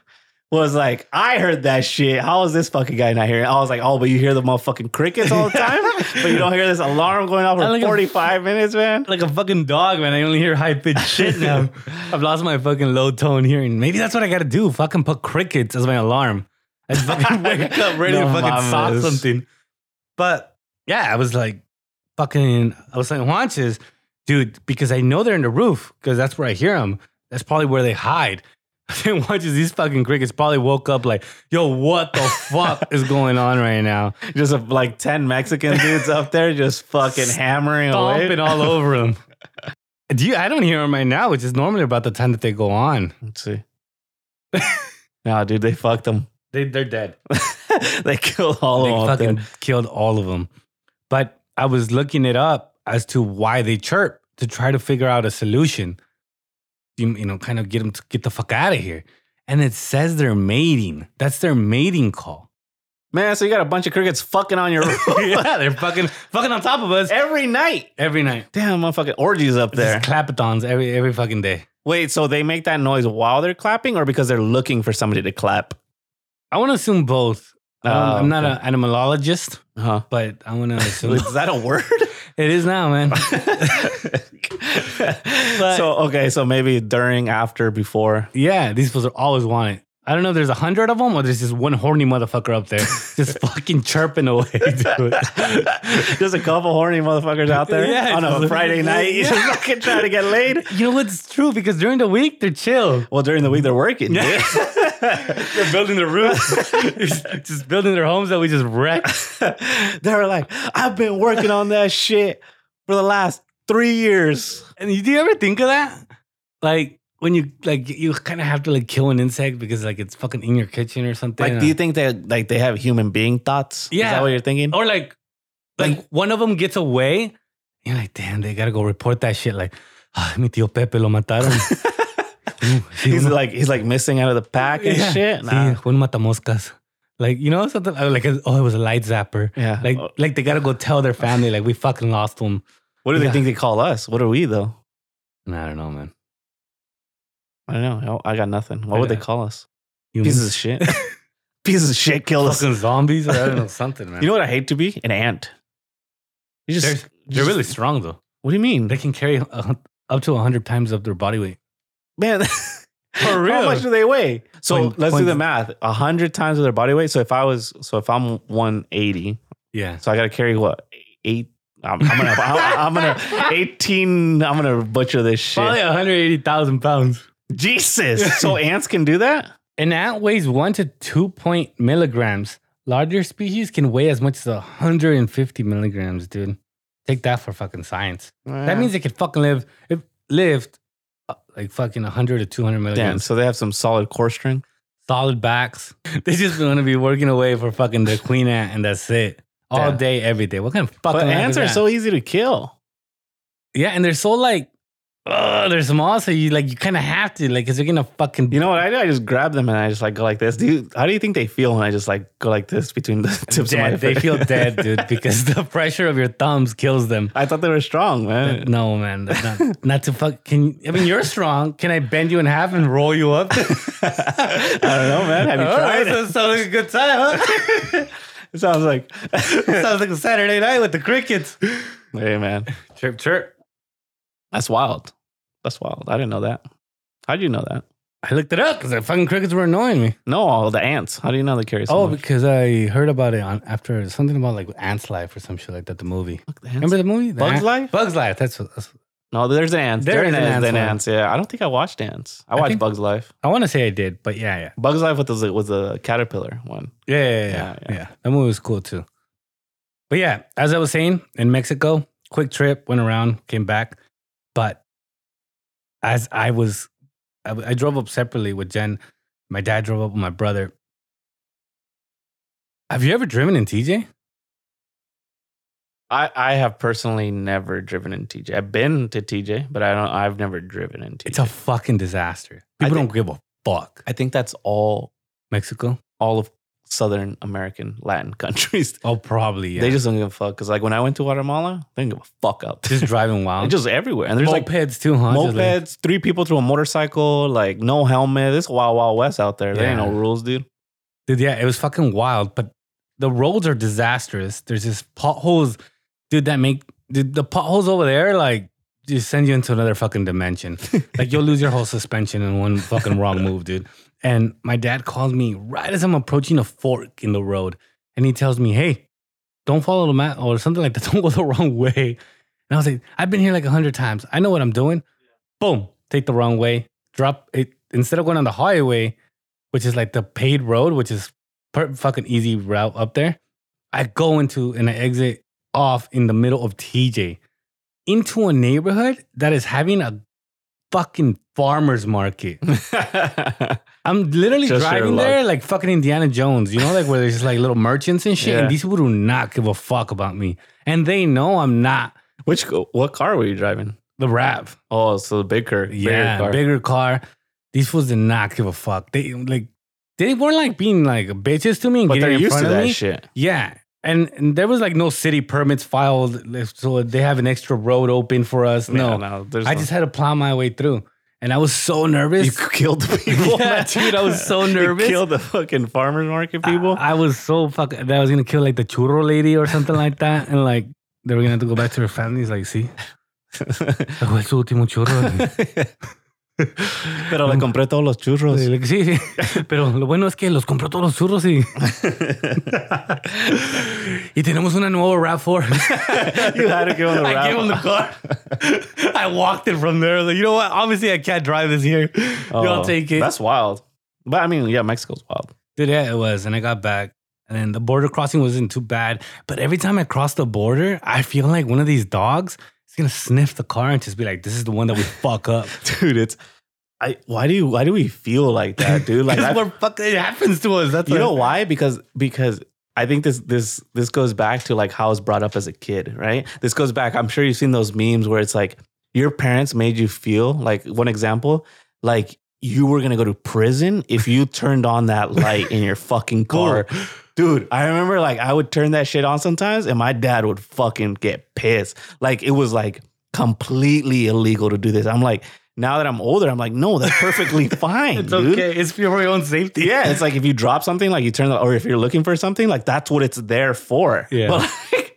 was like, "I heard that shit. How is this fucking guy not hearing?" I was like, "Oh, but you hear the motherfucking crickets all the time, but you don't hear this alarm going off I for like a- 45 minutes, man." Like a fucking dog, man. I only hear high pitched shit now. I've lost my fucking low tone hearing. Maybe that's what I gotta do. Fucking put crickets as my alarm. I fucking wake up ready to No fucking sock mames. something. But yeah, I was like, fucking, I was like, Juanches, dude, because I know they're in the roof because that's where I hear them. That's probably where they hide. Then watches these fucking crickets probably woke up like, yo, what the fuck is going on right now? Just uh, like 10 Mexican dudes up there just fucking hammering away. Stomping all over them. Do you, I don't hear them right now, which is normally about the time that they go on. Let's see. nah, dude, they fucked them. They, they're dead. they killed all they of them. fucking killed all of them. But I was looking it up as to why they chirp to try to figure out a solution. You, you know, kind of get them to get the fuck out of here. And it says they're mating. That's their mating call. Man, so you got a bunch of crickets fucking on your roof yeah, they're fucking fucking on top of us every night. every night. Damn, motherfucking orgies up there. Just clapathons every every fucking day. Wait, so they make that noise while they're clapping or because they're looking for somebody to clap? I want to assume both. I don't- Oh, I'm not okay. an animalologist, Huh? but I want to assume Is that a word? it is now, man. so, okay, so maybe during, after, before. Yeah, these fools are always wanted. I don't know if there's a hundred of them or there's just one horny motherfucker up there just fucking chirping away, dude. There's a couple horny motherfuckers out there Yeah, on a just- Friday night. You just fucking trying to get laid. You know what's true? Because during the week, they're chill. Well, during the week they're working. dude. They're building their roofs, just building their homes that we just wrecked. they were like, I've been working on that shit for the last three years. And you, do you ever think of that? Like, when you like you kind of have to like kill an insect because like it's fucking in your kitchen or something. uh, Like, do you think that like they have human being thoughts? Is Yeah. that what you're thinking? or like like, Like- one of them gets away. You're like, damn, they gotta go report that shit. Like, ah, mi tío Pepe lo mataron. Oh. Ooh, sí, He's uno- like he's like missing out of the pack and yeah, shit. sí, Nah. un matamoscas. Like you know something uh, like oh it was a light zapper. Yeah. Like Oh. like they gotta go tell their family like we fucking lost them. What do they Yeah. think they call us? What are we though? And I don't know, man. I don't know. I I got nothing. What would Yeah. they call us? Humans, Pieces of shit. Pieces of shit killed us. fucking zombies or I don't know something, man. You know what I hate to be? An ant. You just, they're, you they're just- really strong though. What do you mean? They can carry uh, up to hundred times of their body weight. Man, For real. How much do they weigh? So Point- let's do point- the math. A hundred times of their body weight. So if I was, so if I'm one eighty, Yeah. so I got to carry what eight? I'm, I'm gonna, I'm, I'm gonna eighteen. I'm gonna butcher this shit. Probably 180,000 pounds. Jesus. so ants can do that? An ant weighs one to two point milligrams. Larger species can weigh as much as 150 milligrams, dude. Take that for fucking science. That means it could fucking live if lived uh, like fucking 100 to 200 damn. milligrams. So they have some solid core strength. Solid backs. They just want to be working away for fucking their queen ant, and that's it. All Damn. day, every day. What kind of fucking But life ants is are that? so easy to kill. yeah, and they're so like. Uh, they're small, so you like you kind of have to like, cause they're gonna fucking You know what I do? I just grab them and I just like go like this. Do you, how do you think they feel when I just like go like this between the tips of my dead. They fingers? feel dead, dude, because the pressure of your thumbs kills them. I thought they were strong, man. No, man, that's not, not to fuck. Can I mean you're strong? Can I bend you in half and roll you up? I don't know, man. Have you Oh, tried? so- sounds like a good time, huh? It sounds like, sounds like a Saturday night with the crickets. hey man, Chirp, chirp. that's wild. That's wild. I didn't know that. How'd you know that? I looked it up because the fucking crickets were annoying me. No, all the ants. How do you know they carry? So oh, much? because I heard about it on after something about like Ants Life or some shit like that. The movie. Fuck the ants. Remember the movie? The Bugs Ant- Life? Bugs Life. That's, what, that's No, there's ants. There There, is an is ants ants. one. ants. Yeah, I don't think I watched ants. I, watched think- Bugs Life. I want to say I did, but yeah, yeah. Bugs Life was the, was the caterpillar one. Yeah yeah yeah, Yeah, yeah. That movie was cool too. But yeah, as I was saying, in Mexico, quick trip, went around, came back. But as I was, I, I drove up separately with Jen. My dad drove up with my brother. Have you ever driven in TJ? I, I have personally never driven in TJ. I've been to TJ, but I don't. I've never driven in TJ. It's a fucking disaster. I People think- don't give a fuck. I think that's all Mexico? all of Southern American Latin countries. Oh, probably. Yeah. They just don't give a fuck. Cause like when I went to Guatemala, they didn't give a fuck out. there. just driving It's wild. just everywhere. And there's There's like mopeds too, huh? Just like- mopeds, three people through a motorcycle, like no helmet. This wild, wild west out there. There ain't no Yeah. rules, dude. Dude, yeah, it was fucking wild, but the roads are disastrous. There's just potholes, dude, that make dude, the potholes over there like just send you into another fucking dimension. like you'll lose your whole suspension in one fucking wrong move, dude. And my dad calls me right as I'm approaching a fork in the road and he tells me, "Hey, don't follow the map or something like that. Don't go the wrong way." And I was like, "I've been here like a hundred times. I know what I'm doing." Boom, take the wrong way. Drop it instead of going on the highway, which is like the paid road, which is per- fucking easy route up there. I go into and I exit off in the middle of TJ into a neighborhood that is having a fucking farmers market. I'm literally Just your driving luck. there like fucking Indiana Jones, you know, like where there's just like little merchants and shit. Yeah. And these people do not give a fuck about me. And they know I'm not Which what car were you driving? the rap. Oh, so the big car. bigger Yeah, car. bigger car. These fools did not give a fuck. They like they weren't like being like bitches to me and but getting they're in used front to of that me. shit. Yeah. And, and there was like no city permits filed, like, so they have an extra road open for us. Yeah, No, no, there's I no- just had to plow my way through, and I was so nervous. you killed the people, Yeah, dude, I was so nervous. Ah. You killed the fucking farmers market people. I, I was so fucking that I was gonna kill like the churro lady or something like that, and like they were gonna have to go back to their families. Like, see, Fue su último churro. Pero le compré todos los churros. Sí, sí. Pero lo bueno es que los compró todos los churros y. y tenemos una nueva RAV4. you had to give him the I gave him the wrap. car. I walked it from there. I was like, you know what? Obviously, I can't drive this here. Oh, Y'all take it. That's wild. But I mean, yeah, Mexico's wild. Dude, yeah, it was. And I got back. And then the border crossing wasn't too bad. But every time I cross the border, I feel like one of these dogs is gonna sniff the car and just be like, this is the one that we fuck up. Dude, it's I why do you why do we feel like that, dude? Like Because I- we're fuck- it happens to us. That's you like- know why? Because because I think this this this goes back to like how I was brought up as a kid, right? This goes back. I'm sure you've seen those memes where it's like your parents made you feel like one example, like you were gonna go to prison if you turned on that light in your fucking car. Dude, I remember like I would turn that shit on sometimes and my dad would fucking get pissed. Like it was like completely illegal to do this. I'm like, now that I'm older, I'm like, no, that's perfectly fine. It's dude. okay. It's for your own safety. Yeah, it's like if you drop something, like you turn, the, or if you're looking for something, like that's what it's there for. Yeah. But like,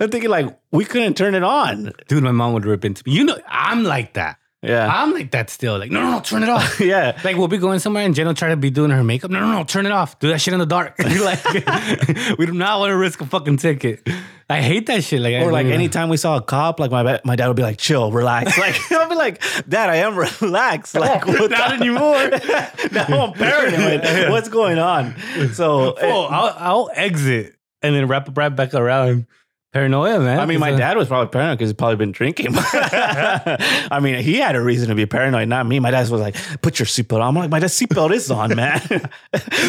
I'm thinking like we couldn't turn it on. Dude, my mom would rip into me. You know, I'm like that. Yeah. I'm like that still. Like, no, no, no, turn it off. yeah. Like we'll be going somewhere and Jen will try to be doing her makeup. No, no, no, turn it off. Do that shit in the dark. like we do not want to risk a fucking ticket. I hate that shit. Like I Or like don't even- anytime we saw a cop, like my ba- my dad would be like, "Chill, relax." Like I'll be like, "Dad, I am relaxed." Like what Not anymore. now I'm paranoid. What's going on? So Oh, I'll, I'll exit and then wrap wrap back around. Paranoia, man. I mean, It's my a- dad was probably paranoid because he's probably been drinking. I mean, he had a reason to be paranoid, not me. My dad was like, "Put your seatbelt on." I'm like, "My dad's seatbelt is on, man."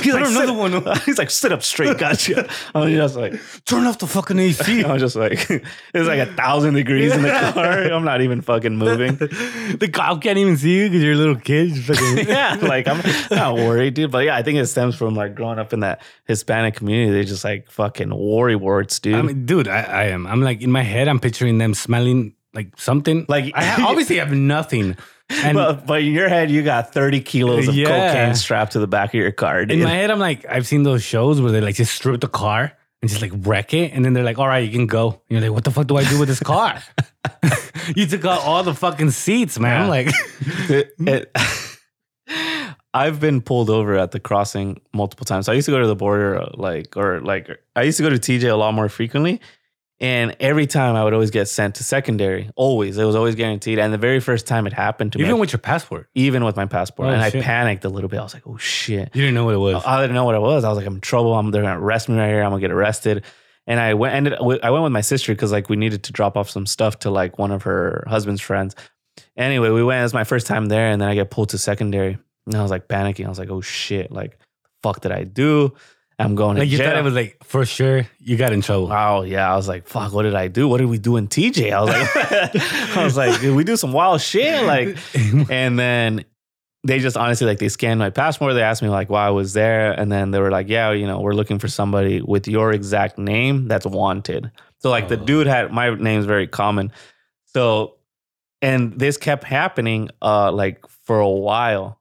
he's like, another "Sit-" one. He's like, "Sit up straight, gotcha." I was just like, turn off the fucking AC. I was just like, it was like a thousand degrees in the car. I'm not even fucking moving. the cop can't even see you because you're a little kid. You're fucking- yeah, like I'm not worried, dude. But yeah, I think it stems from like growing up in that Hispanic community. They just like fucking worry warts, dude. I mean, dude, I, I am. I'm like in my head. I'm picturing them smelling like something. Like- I ha- obviously have nothing. And but, but in your head, you got 30 kilos of Yeah. cocaine strapped to the back of your car, dude. in my head, I'm like, I've seen those shows where they like just strip the car and just like wreck it, and then they're like, "All right, you can go." And you're like, "What the fuck do I do with this car?" you took out all the fucking seats, man. Yeah. Like, It- Mm-hmm. it- I've been pulled over at the crossing multiple times. I used to go to the border, uh, like, or like, I used to go to TJ a lot more frequently. And every time I would always get sent to secondary, always. It was always guaranteed. And the very first time it happened to me, even with your passport, even with my passport, Oh, and shit. I panicked a little bit. I was like, oh shit. you didn't know what it was. I didn't know what it was. I was like, I'm in trouble. I'm, they're gonna arrest me right here. I'm gonna get arrested. And I went ended I went with my sister because like we needed to drop off some stuff to like one of her husband's friends. Anyway, we went. It was my first time there, and then I get pulled to secondary, and I was like panicking. I was like, oh shit, like fuck did I do? I'm going like to you jail. thought it was like for sure you got in trouble. Oh yeah, I was like, "Fuck! What did I do? What did we do in TJ?" I was like, "I was like, did we do some wild shit?" Like, and then they just honestly like they scanned my passport. They asked me like why I was there, and then they were like, "Yeah, you know, we're looking for somebody with your exact name that's wanted." So like the Oh. dude had my name's very common, so and this kept happening uh like for a while.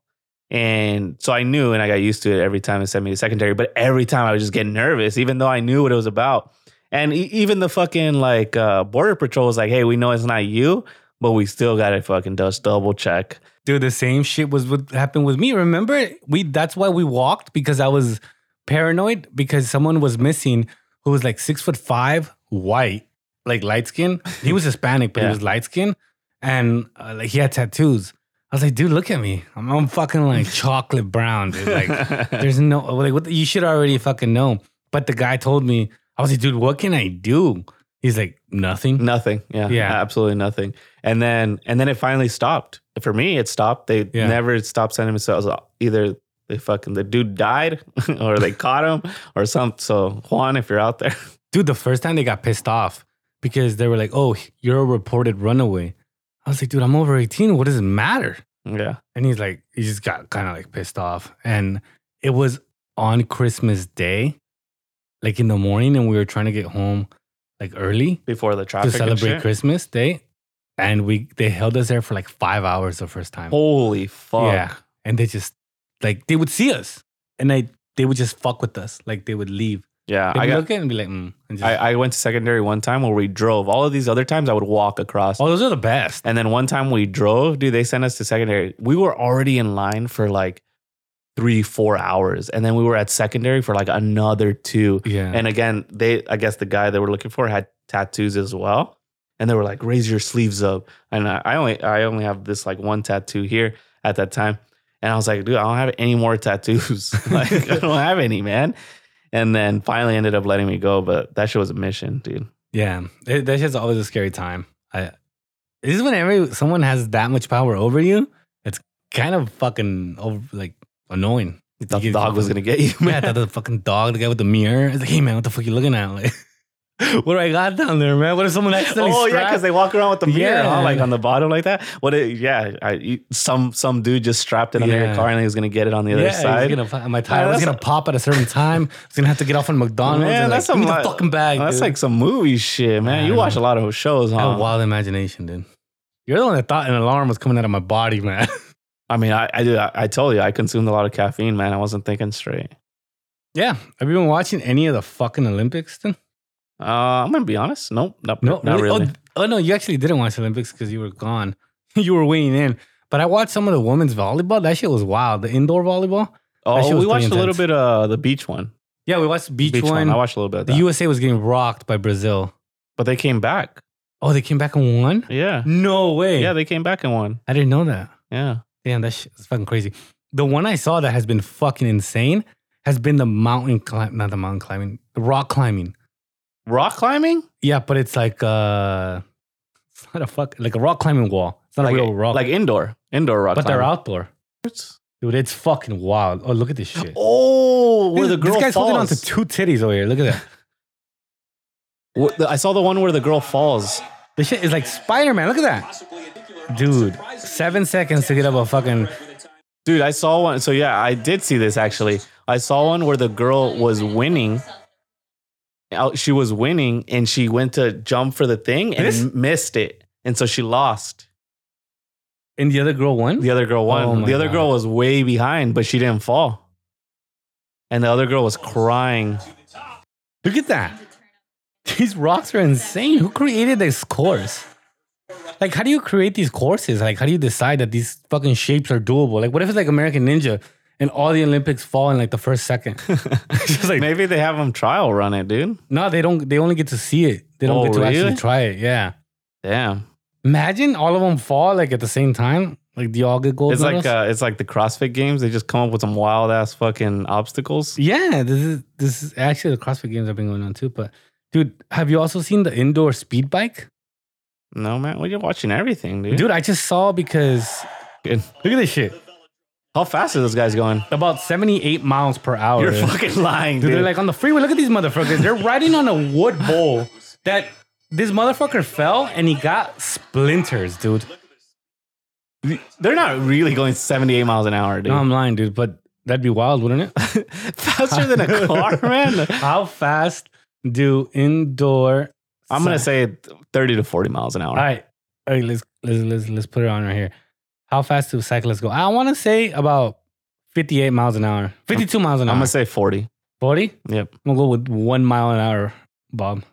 And so I knew and I got used to it every time it sent me to secondary, but every time I would just get nervous, even though I knew what it was about. And e- even the fucking like uh, border patrol was like, hey, we know it's not you, but we still got to fucking just double check. Dude, the same shit was what happened with me. Remember, we that's why we walked because I was paranoid because someone was missing who was like six foot five, white, like light skin. He was Hispanic, but Yeah. he was light skin, and uh, like he had tattoos. I was like, dude, look at me. I'm, I'm fucking like chocolate brown. Dude. Like, there's no like, what the, you should already fucking know. But the guy told me, I was like, dude, what can I do? He's like, nothing. nothing. Yeah. Yeah. Absolutely nothing. And then, and then it finally stopped. For me, it stopped. They Yeah. never stopped sending me. So I was like, either they fucking, the dude died or they caught him or something. So Juan, if you're out there, Dude, the first time they got pissed off because they were like, "Oh, you're a reported runaway." I was like, "Dude, I'm over 18. What does it matter?" yeah. And he's like, he just got kind of like pissed off. And it was on Christmas Day, like in the morning, and we were trying to get home like early Before the to traffic. and celebrate shit. Christmas Day, and we they held us there for like five hours the first time. Holy fuck. Yeah, and they just like they would see us, and I they would just fuck with us, like they would leave. Yeah, I I got. look at it and be like, mm, and just- I, I went to secondary one time where we drove. All of these other times I would walk across. oh, those are the best. And then one time we drove, dude, they sent us to secondary. We were already in line for like three, four hours. And then we were at secondary for like another two. Yeah. And again, they I guess the guy they were looking for had tattoos as well. And they were like, raise your sleeves up. And I, I only I only have this like one tattoo here at that time. And I was like, dude, I don't have any more tattoos. like, I don't have any, man. And then finally ended up letting me go. But that shit was a mission, dude. yeah, it, that shit's always a scary time. I, this is whenever someone has that much power over you. It's kind of fucking over, like annoying. You thought the You- dog was gonna get you, Yeah, I man. thought the fucking dog, the guy with the mirror. It's like, hey man, what the fuck you looking at? Like, what do I got down there, man? What if someone accidentally? Oh yeah, because strapped- they walk around with the mirror, Yeah. huh? like on the bottom like that. What? It, yeah, I, you- some some dude just strapped it under your Yeah. car and he was gonna get it on the other yeah, side. It's gonna, fu- my tire Yeah, was that's gonna a- pop at a certain time. It's gonna have to get off on McDonald's. Man, and, that's like, some give me the li- fucking bag. Oh, that's dude. like some movie shit, man. I You know. watch a lot of shows, I huh? have wild imagination, dude. You're the one that thought an alarm was coming out of my body, man. I mean, I I, did, I I told you, I consumed a lot of caffeine, man. I wasn't thinking straight. yeah. Have you been watching any of the fucking Olympics then? Uh, I'm gonna be honest. Nope, nope, not really. Oh, oh, no, you actually didn't watch Olympics because you were gone. you were weighing in. But I watched some of the women's volleyball. That shit was wild. The indoor volleyball. Oh, that shit was pretty we watched a little intense. bit of uh, the beach one. Yeah, we watched beach, Beach one. I watched a little bit, of the that. USA was getting rocked by Brazil. but they came back. Oh, they came back and won. Yeah, No way. yeah, they came back and won. I didn't know that. Yeah. Damn, that shit is fucking crazy. The one I saw that has been fucking insane has been the mountain climb, not the mountain climbing, the rock climbing. Rock climbing? Yeah, but it's like uh, it's not a fuck like a rock climbing wall. It's not like, a real rock, like indoor, indoor rock but climbing. they're outdoor, dude. It's fucking wild. Oh, look at this shit. Oh, where This- the girl this guy's falls. holding on to two titties over here. Look at that. Wh- the- I saw the one where the girl falls. this shit is like Spider Man. Look at that, dude. Seven seconds to get up a fucking. Dude, I saw one. So yeah, I did see this actually. I saw one where the girl was winning. Out- She was winning, and she went to jump for the thing and This? missed it, and so she lost. And the other girl won. The other girl won. Oh my the other God. girl was way behind, but she didn't fall. And the other girl was crying. Look at that. These rocks are insane. Who created this course? Like, how do you create these courses? Like, how do you decide that these fucking shapes are doable? Like, what if it's like American Ninja and all the Olympics fall in like the first second? She's like, Maybe they have them trial run it, dude. no, they don't. They only get to see it. They don't Oh, get to really? actually try it. Yeah. Damn, Imagine all of them fall like at the same time. Like, do you all get gold it's like medals? uh, it's like the CrossFit games. They just come up with some wild ass fucking obstacles. yeah, this is this is actually the CrossFit games have been going on too. But dude, have you also seen the indoor speed bike? No, man. Well, you're watching everything, dude. Dude, I just saw because Dude. look at this shit. How fast are those guys going? about 78 miles per hour. You're dude. fucking lying, Dude, dude. they're like on the freeway. Look at these motherfuckers. They're riding on a wood bowl that this motherfucker fell and he got splinters, dude. they're not really going 78 miles an hour, dude. No, I'm lying, dude, but that'd be wild, wouldn't it? Faster than a car, man. How fast do indoor I'm gonna say 30 to 40 miles an hour. All right. All right, let's let's let's let's put it on right here. How fast do cyclists go? I want to say about 58 miles an hour. 52 miles an I'm hour. gonna say 40. 40? Yep. I'm gonna go with one mile an hour, Bob.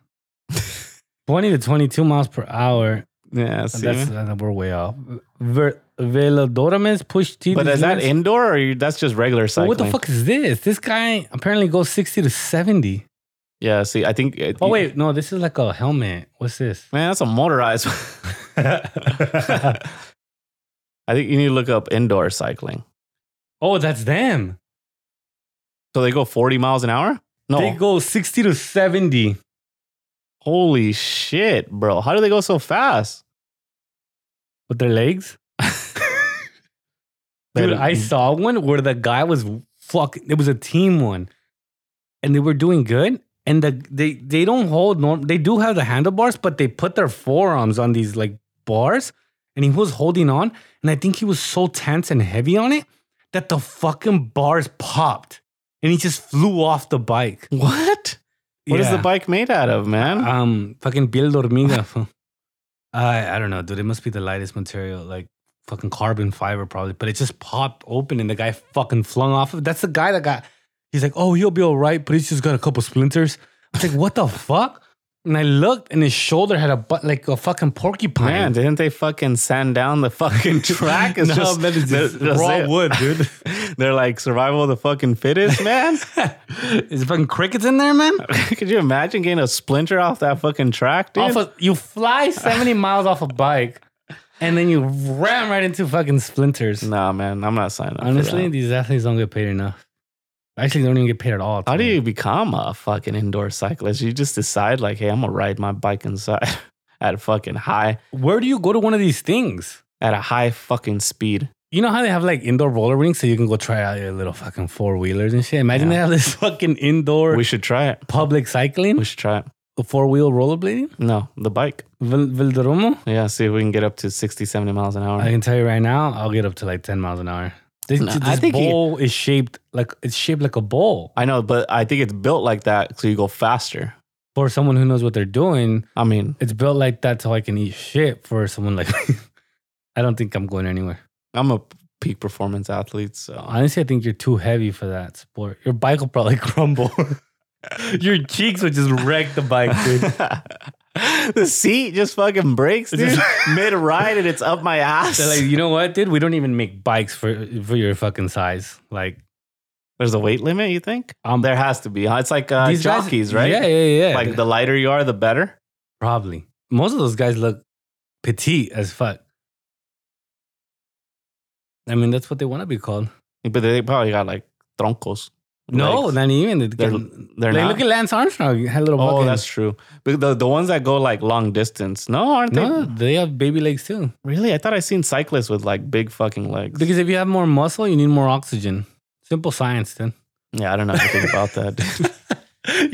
20 to 22 miles per hour. Yeah. See, That's man. uh, we're way off. Ver, Velodromes push T. but is that indoor or you, that's just regular cycling? What the fuck is this? This guy apparently goes 60 to 70. Yeah. See, I think. it- Oh wait, no, this is like a helmet. What's this? man, that's a motorized. I think you need to look up indoor cycling. Oh, that's them. So they go 40 miles an hour? No. They go 60 to 70. Holy shit, bro. How do they go so fast? with their legs. Dude, But- I saw one where the guy was fuck. It was a team one, and they were doing good. And the they they don't hold norm. They do have the handlebars, but they put their forearms on these like bars, and he was holding on. And I think he was so tense and heavy on it that the fucking bars popped, and he just flew off the bike. What? What is the Yeah. bike made out of, man? Um, fucking piel dormida. fool. I I don't know, dude. It must be the lightest material, like fucking carbon fiber, probably. But it just popped open, and the guy fucking flung off. of- That's the guy that got He's like, oh, he'll be all right, but he's just got a couple splinters. I was like, what the fuck? And I looked, and his shoulder had a butt like a fucking porcupine. Man, didn't they fucking sand down the fucking track? No, man, it's just raw wood, dude. They're like survival of the fucking fittest, man. Is fucking crickets in there, man? Could you imagine getting a splinter off that fucking track, dude? Off a, you fly 70 miles off a bike, and then you ram right into fucking splinters. nah, man, I'm not signing. up for Honestly, that. these athletes don't get paid enough. Actually, they don't even get paid at all. how do you become a fucking indoor cyclist? You just decide like, hey, I'm gonna ride my bike inside at a fucking high, Where do you go to one of these things? at a high fucking speed. You know how they have like indoor roller rinks so you can go try out your little fucking four wheelers and shit? Imagine they have this fucking indoor We should try it. public We cycling, should try it. four wheel rollerblading, No, the bike. Vel- Velodromo. Yeah, see if we can get up to 60, 70 miles an hour. I can tell you right now, I'll get up to like 10 miles an hour. This, No, this I think he- bowl is shaped like it's shaped like a bowl I know, but I think it's built like that so you go faster. for someone who knows what they're doing. I mean, It's built like that so I can eat shit for someone like me. I don't think I'm going anywhere. I'm a peak performance athlete, so Honestly, I think you're too heavy for that sport. Your bike will probably crumble. Your cheeks would just wreck the bike, dude. the seat just fucking breaks, dude. Mid ride and it's up my ass. They're like, you know what, dude? We don't even make bikes for for your fucking size. Like There's a weight limit, you think? Um, there has to be. huh? It's like uh, these guys- jockeys, right? Yeah, yeah, yeah. Like the lighter you are, the better. probably most of those guys look petite as fuck. I mean, that's what they want to be called. But they probably got like troncos. No, legs. not even. They They're- can- they're like, not. look at Lance Armstrong. He Had little oh, fucking- that's true. But the the ones that go like long distance, no, aren't they? no. They have baby legs too. Really? I thought I seen cyclists with like big fucking legs. Because if you have more muscle, you need more oxygen. Simple science, then. yeah, I don't know anything about that. dude.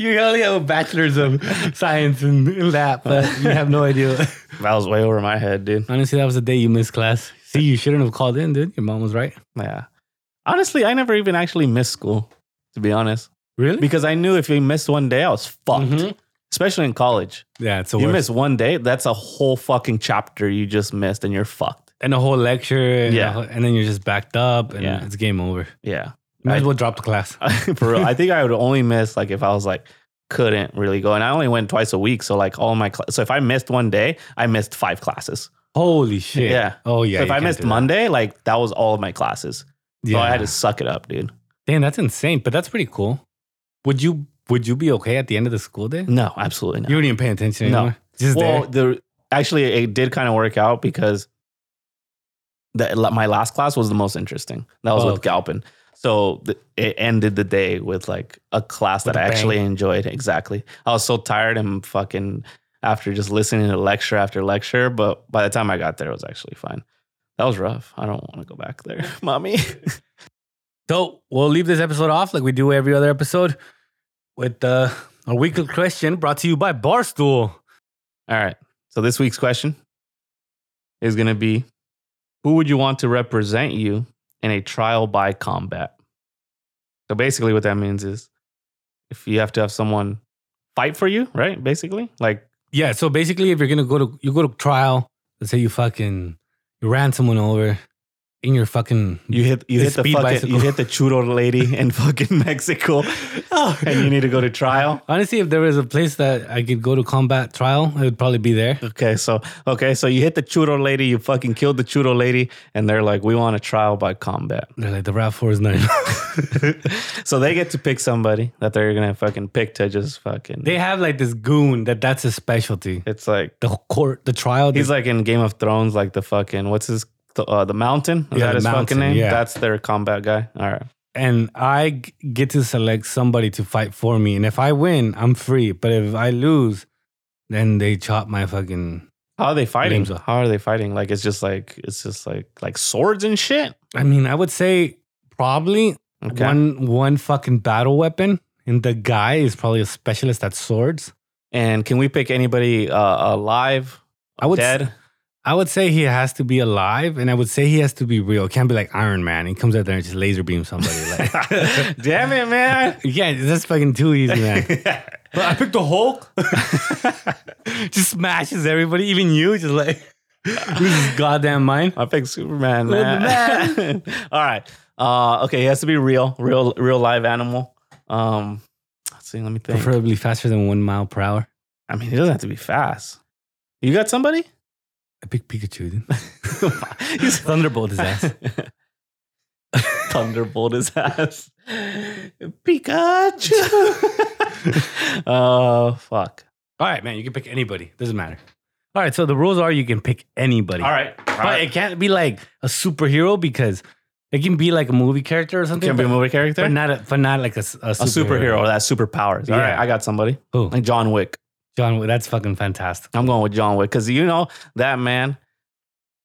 you only have a bachelor's of science in that, but you have no idea. that was way over my head, dude. Honestly, that was the day you missed class. See, you shouldn't have called in, dude. Your mom was right. Yeah. Honestly, I never even actually missed school, to be honest, Really? because I knew if you missed one day, I was fucked. Mhm. Especially in college, yeah, it's a you worst. miss one day, that's a whole fucking chapter you just missed, and you're fucked. and a whole lecture. And Yeah. a whole- and then you're just backed up, and Yeah. it's game over. Yeah, Might as I- well drop the class. for real. I think I would only miss like if I was like couldn't really go, and I only went twice a week, so like all my cla- so if I missed one day, I missed five classes. Holy shit! Yeah. Oh yeah. so if you I can't missed do that. Monday, like that was all of my classes. So I had to suck it up, dude. Damn, that's insane. But that's pretty cool. Would you Would you be okay at the end of the school day? No, absolutely not. You weren't even paying attention No. anymore. Just well, there. the actually it did kind of work out because the my last class was the most interesting. That was Oh, with Galpin. So th- it ended the day with like a class With that I a bang. actually enjoyed. Exactly. I was so tired and fucking after just listening to lecture after lecture. But by the time I got there, it was actually fine. That was rough. I don't want to go back there, mommy. So we'll leave this episode off like we do every other episode with uh, our weekly question brought to you by Barstool. All right. So this week's question is going to be who would you want to represent you in a trial by combat? So basically what that means is if you have to have someone fight for you, right? Basically, like Yeah. So basically, if you're gonna go to you go to trial, let's say you fucking you ran someone over in your fucking you hit you A hit the speed fucking bicycle. you hit the churro lady in fucking Mexico and you need to go to trial. Honestly, if there was a place that I could go to combat trial, it would probably be there. Okay, so okay, so you hit the churro lady, you fucking killed the churro lady and they're like we want a trial by combat. They're like the Rav Four is not. enough." so they get to pick somebody that they're gonna fucking pick to just fucking. they have like this goon that that's his specialty. it's like The court, the trial. he's like in Game of Thrones, like the fucking what's his th- uh, the mountain? Yeah, Is that the his Mountain, fucking name? yeah. That's their combat guy. All right. and I g- get to select somebody to fight for me. And if I win, I'm free. But if I lose, then they chop my fucking. How are they fighting? Names are- How are they fighting? Like it's just like it's just like like swords and shit. I mean, I would say probably Okay. one one fucking battle weapon, and the guy is probably a specialist at swords. And can we pick anybody uh, alive? I would s- dead. I would say he has to be alive, and I would say he has to be real. It can't be like Iron Man. He comes out there and just laser beams somebody. Like, Damn it, man. yeah, that's fucking too easy, man. But I picked the Hulk. just smashes everybody, even you. Just like loses his goddamn mind. I pick Superman, man. All right. Uh, okay, he has to be real, real, real live animal. Um, let's see. Let me think. Preferably faster than one mile per hour. I mean, it doesn't have to be fast. You got somebody? I picked Pikachu, dude. He's Thunderbolt his ass. Thunderbolt his ass. Pikachu. oh fuck! All right, man. You can pick anybody. Doesn't matter. All right. So the rules are you can pick anybody. All right, all But right. it can't be like a superhero because it can be like a movie character or something. Can be a but- movie character. But not, a, but not like a, s- a a superhero that has superpowers. All right, Yeah. I got somebody. Who? Like John Wick. John Wick. That's fucking fantastic. I'm going with John Wick because you know that man.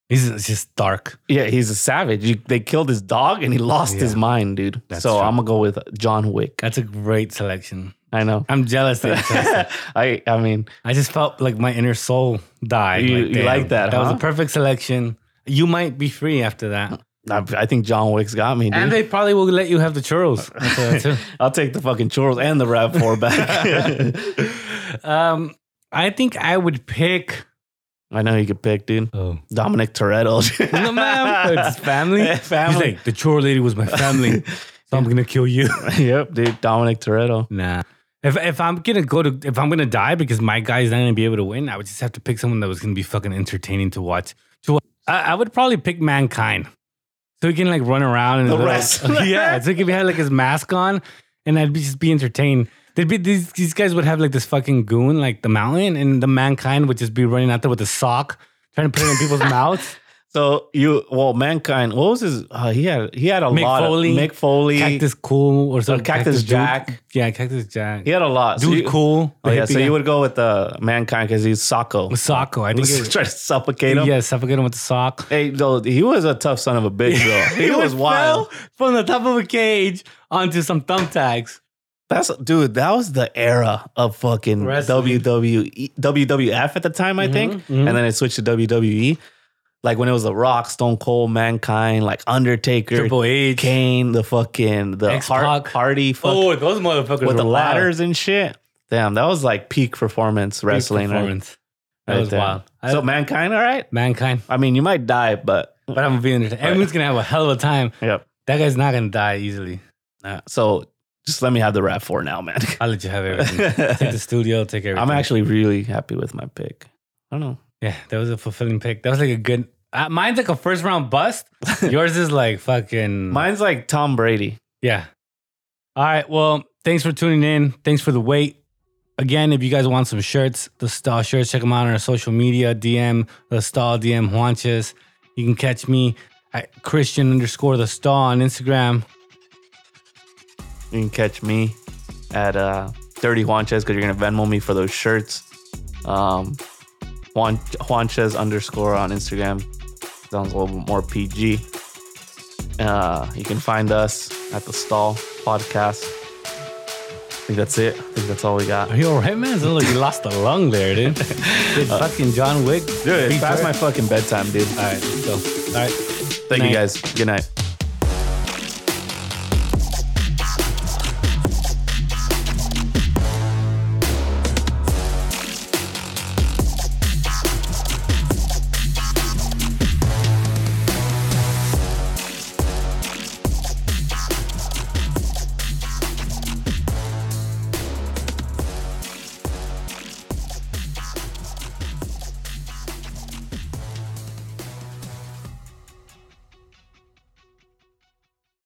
He's it's just dark. Yeah, he's a savage. You, they killed his dog and he lost Yeah. his mind, dude. That's so true. I'm gonna go with John Wick. That's a great selection. I know. I'm jealous that you chose that. I I mean, I just felt like my inner soul died. You- you damn, like that, That was huh? a perfect selection. You might be free after that. I, I think John Wick's got me, dude. And they probably will let you have the churros. That's all, too. I'll take the fucking churros and the Rav Four back. um, I think I would pick. I know you could pick, dude. Oh, Dominic Toretto. no, ma'am. It's family. Yeah, family. He's like, the chore lady was my family, so I'm gonna kill you. yep, dude. Dominic Toretto. nah. If if I'm gonna go to if I'm gonna die because my guy's not gonna be able to win, I would just have to pick someone that was gonna be fucking entertaining to watch. To I, I would probably pick mankind, so he can like run around and The wrestler. yeah, so he could have like his mask on, and I'd be, just be entertained. There'd be these these guys would have like this fucking goon like the mountain, and the mankind would just be running out there with a sock trying to put it in people's mouths. So you, well, mankind. What was his? Uh, he had he had a Mick lot Foley. of Mick Foley. Cactus Cool or uh, something. Cactus Duke. Jack. Yeah, Cactus Jack. He had a lot. So Dude you- Cool. Oh, the yeah, hippie so guy. you would go with uh, mankind because he's Socko. Masako. I think it Try to suffocate him. Yeah, suffocate him with the sock. Hey, though, he was a tough son of a bitch, though. He, was wild. fell from the top of a cage onto some thumbtacks. That's dude. That was the era of fucking E, Wrestling. Mm-hmm. WWE, WWF at the time, Mm-hmm, I think, and then it switched to WWE. Like when it was The Rock, Stone Cold, Mankind, like Undertaker, Mm-hmm. Triple H. Kane, the fucking the X-Pac. Hart, Hardy, fuck, Oh, those motherfuckers with the were ladders and shit. Damn, that was like peak performance wild. Big wrestling. right- performance. That right was there. wild. I- so Mankind, all right. mankind, I mean, you might die, but but I'm gonna be entertained. Everyone's gonna have a hell of a time. yep. That guy's not gonna die easily. Uh, so just let me have the Rav Four now, man. I'll let you have everything. take the studio. Take everything. I'm actually really happy with my pick. I don't know. Yeah, that was a fulfilling pick. That was like a good. Uh, mine's like a first round bust. Yours is like fucking. Mine's like Tom Brady. Yeah. All right. Well, thanks for tuning in. Thanks for the wait. Again, if you guys want some shirts, the Stall shirts, check them out on our social media. DM the Stall, DM Juanches. You can catch me at Christian underscore the Stall on Instagram. You can catch me at uh, Dirty Juanchez because you're gonna Venmo me for those shirts. Um, Juan Juanchez underscore on Instagram sounds a little bit more PG. Uh, you can find us at the Stall Podcast. I think that's it. I think that's all we got. Are you all right, man? It looked like you lost a lung there, dude. Did fucking John Wick. Dude, it's beat past her? my fucking bedtime, dude. All right. So, all right. Thank night. you guys. Good night.